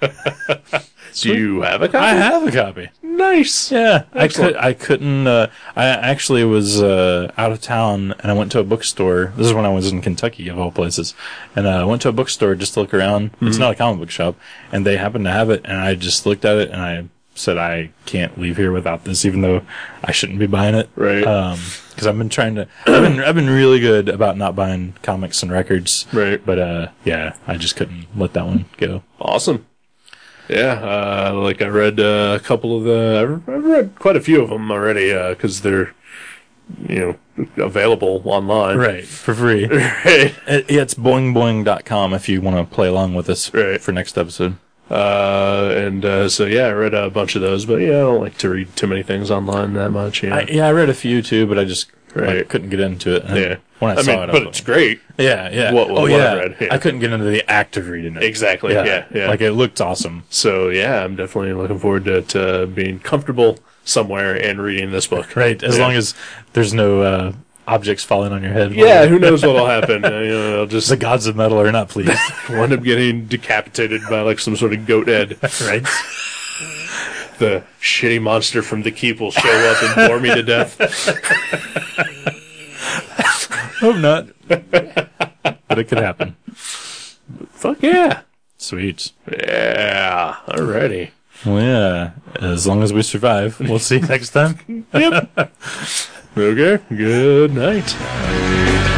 Speaker 1: Do you have a copy?
Speaker 2: I have a copy.
Speaker 1: Nice.
Speaker 2: Yeah, I
Speaker 1: Excellent.
Speaker 2: could I couldn't. Uh, I actually was uh, out of town and I went to a bookstore. This is when I was in Kentucky of all places, and uh, I went to a bookstore just to look around.
Speaker 1: Mm-hmm.
Speaker 2: It's not a comic book shop, and they happened to have it, and I just looked at it and I said I can't leave here without this, even though I shouldn't be buying it.
Speaker 1: Right.
Speaker 2: because I've been trying to. I've been I've been really good about not buying comics and records.
Speaker 1: Right.
Speaker 2: But uh, yeah, I just couldn't let that one go.
Speaker 1: Awesome. Yeah, uh, like I read uh, a couple of the, I've I've read quite a few of them already because they're, you know, available online.
Speaker 2: Right. For free.
Speaker 1: Right.
Speaker 2: Uh, yeah, it's boingboing.com if you want to play along with us
Speaker 1: Right.
Speaker 2: for next episode.
Speaker 1: Uh, and uh, so yeah, I read a bunch of those, but yeah, I don't like to read too many things online that much. Yeah,
Speaker 2: I, yeah, I read a few too, but I just like,
Speaker 1: Right.
Speaker 2: couldn't get into it. And
Speaker 1: yeah.
Speaker 2: When I, saw it, I was
Speaker 1: but it's great.
Speaker 2: like, yeah, yeah.
Speaker 1: what- what
Speaker 2: oh,
Speaker 1: I
Speaker 2: yeah. I,
Speaker 1: read, yeah.
Speaker 2: couldn't get into the act of reading it.
Speaker 1: Exactly. Yeah, yeah.
Speaker 2: Like it looked awesome.
Speaker 1: so yeah, I'm definitely looking forward to, to being comfortable somewhere and reading this book.
Speaker 2: Right. As
Speaker 1: Yeah.
Speaker 2: long as there's no uh, objects falling on your head.
Speaker 1: yeah, who knows what'll happen? Uh, you know, I'll just
Speaker 2: The gods of metal are not pleased.
Speaker 1: wind up getting decapitated by like some sort of goat head.
Speaker 2: right.
Speaker 1: the shitty monster from the keep will show up and bore me to death.
Speaker 2: Hope not. but it could happen.
Speaker 1: Fuck yeah.
Speaker 2: Sweet.
Speaker 1: Yeah. Alrighty.
Speaker 2: Well, yeah. As long as we survive, we'll see you next time.
Speaker 1: Yep. okay. Good night.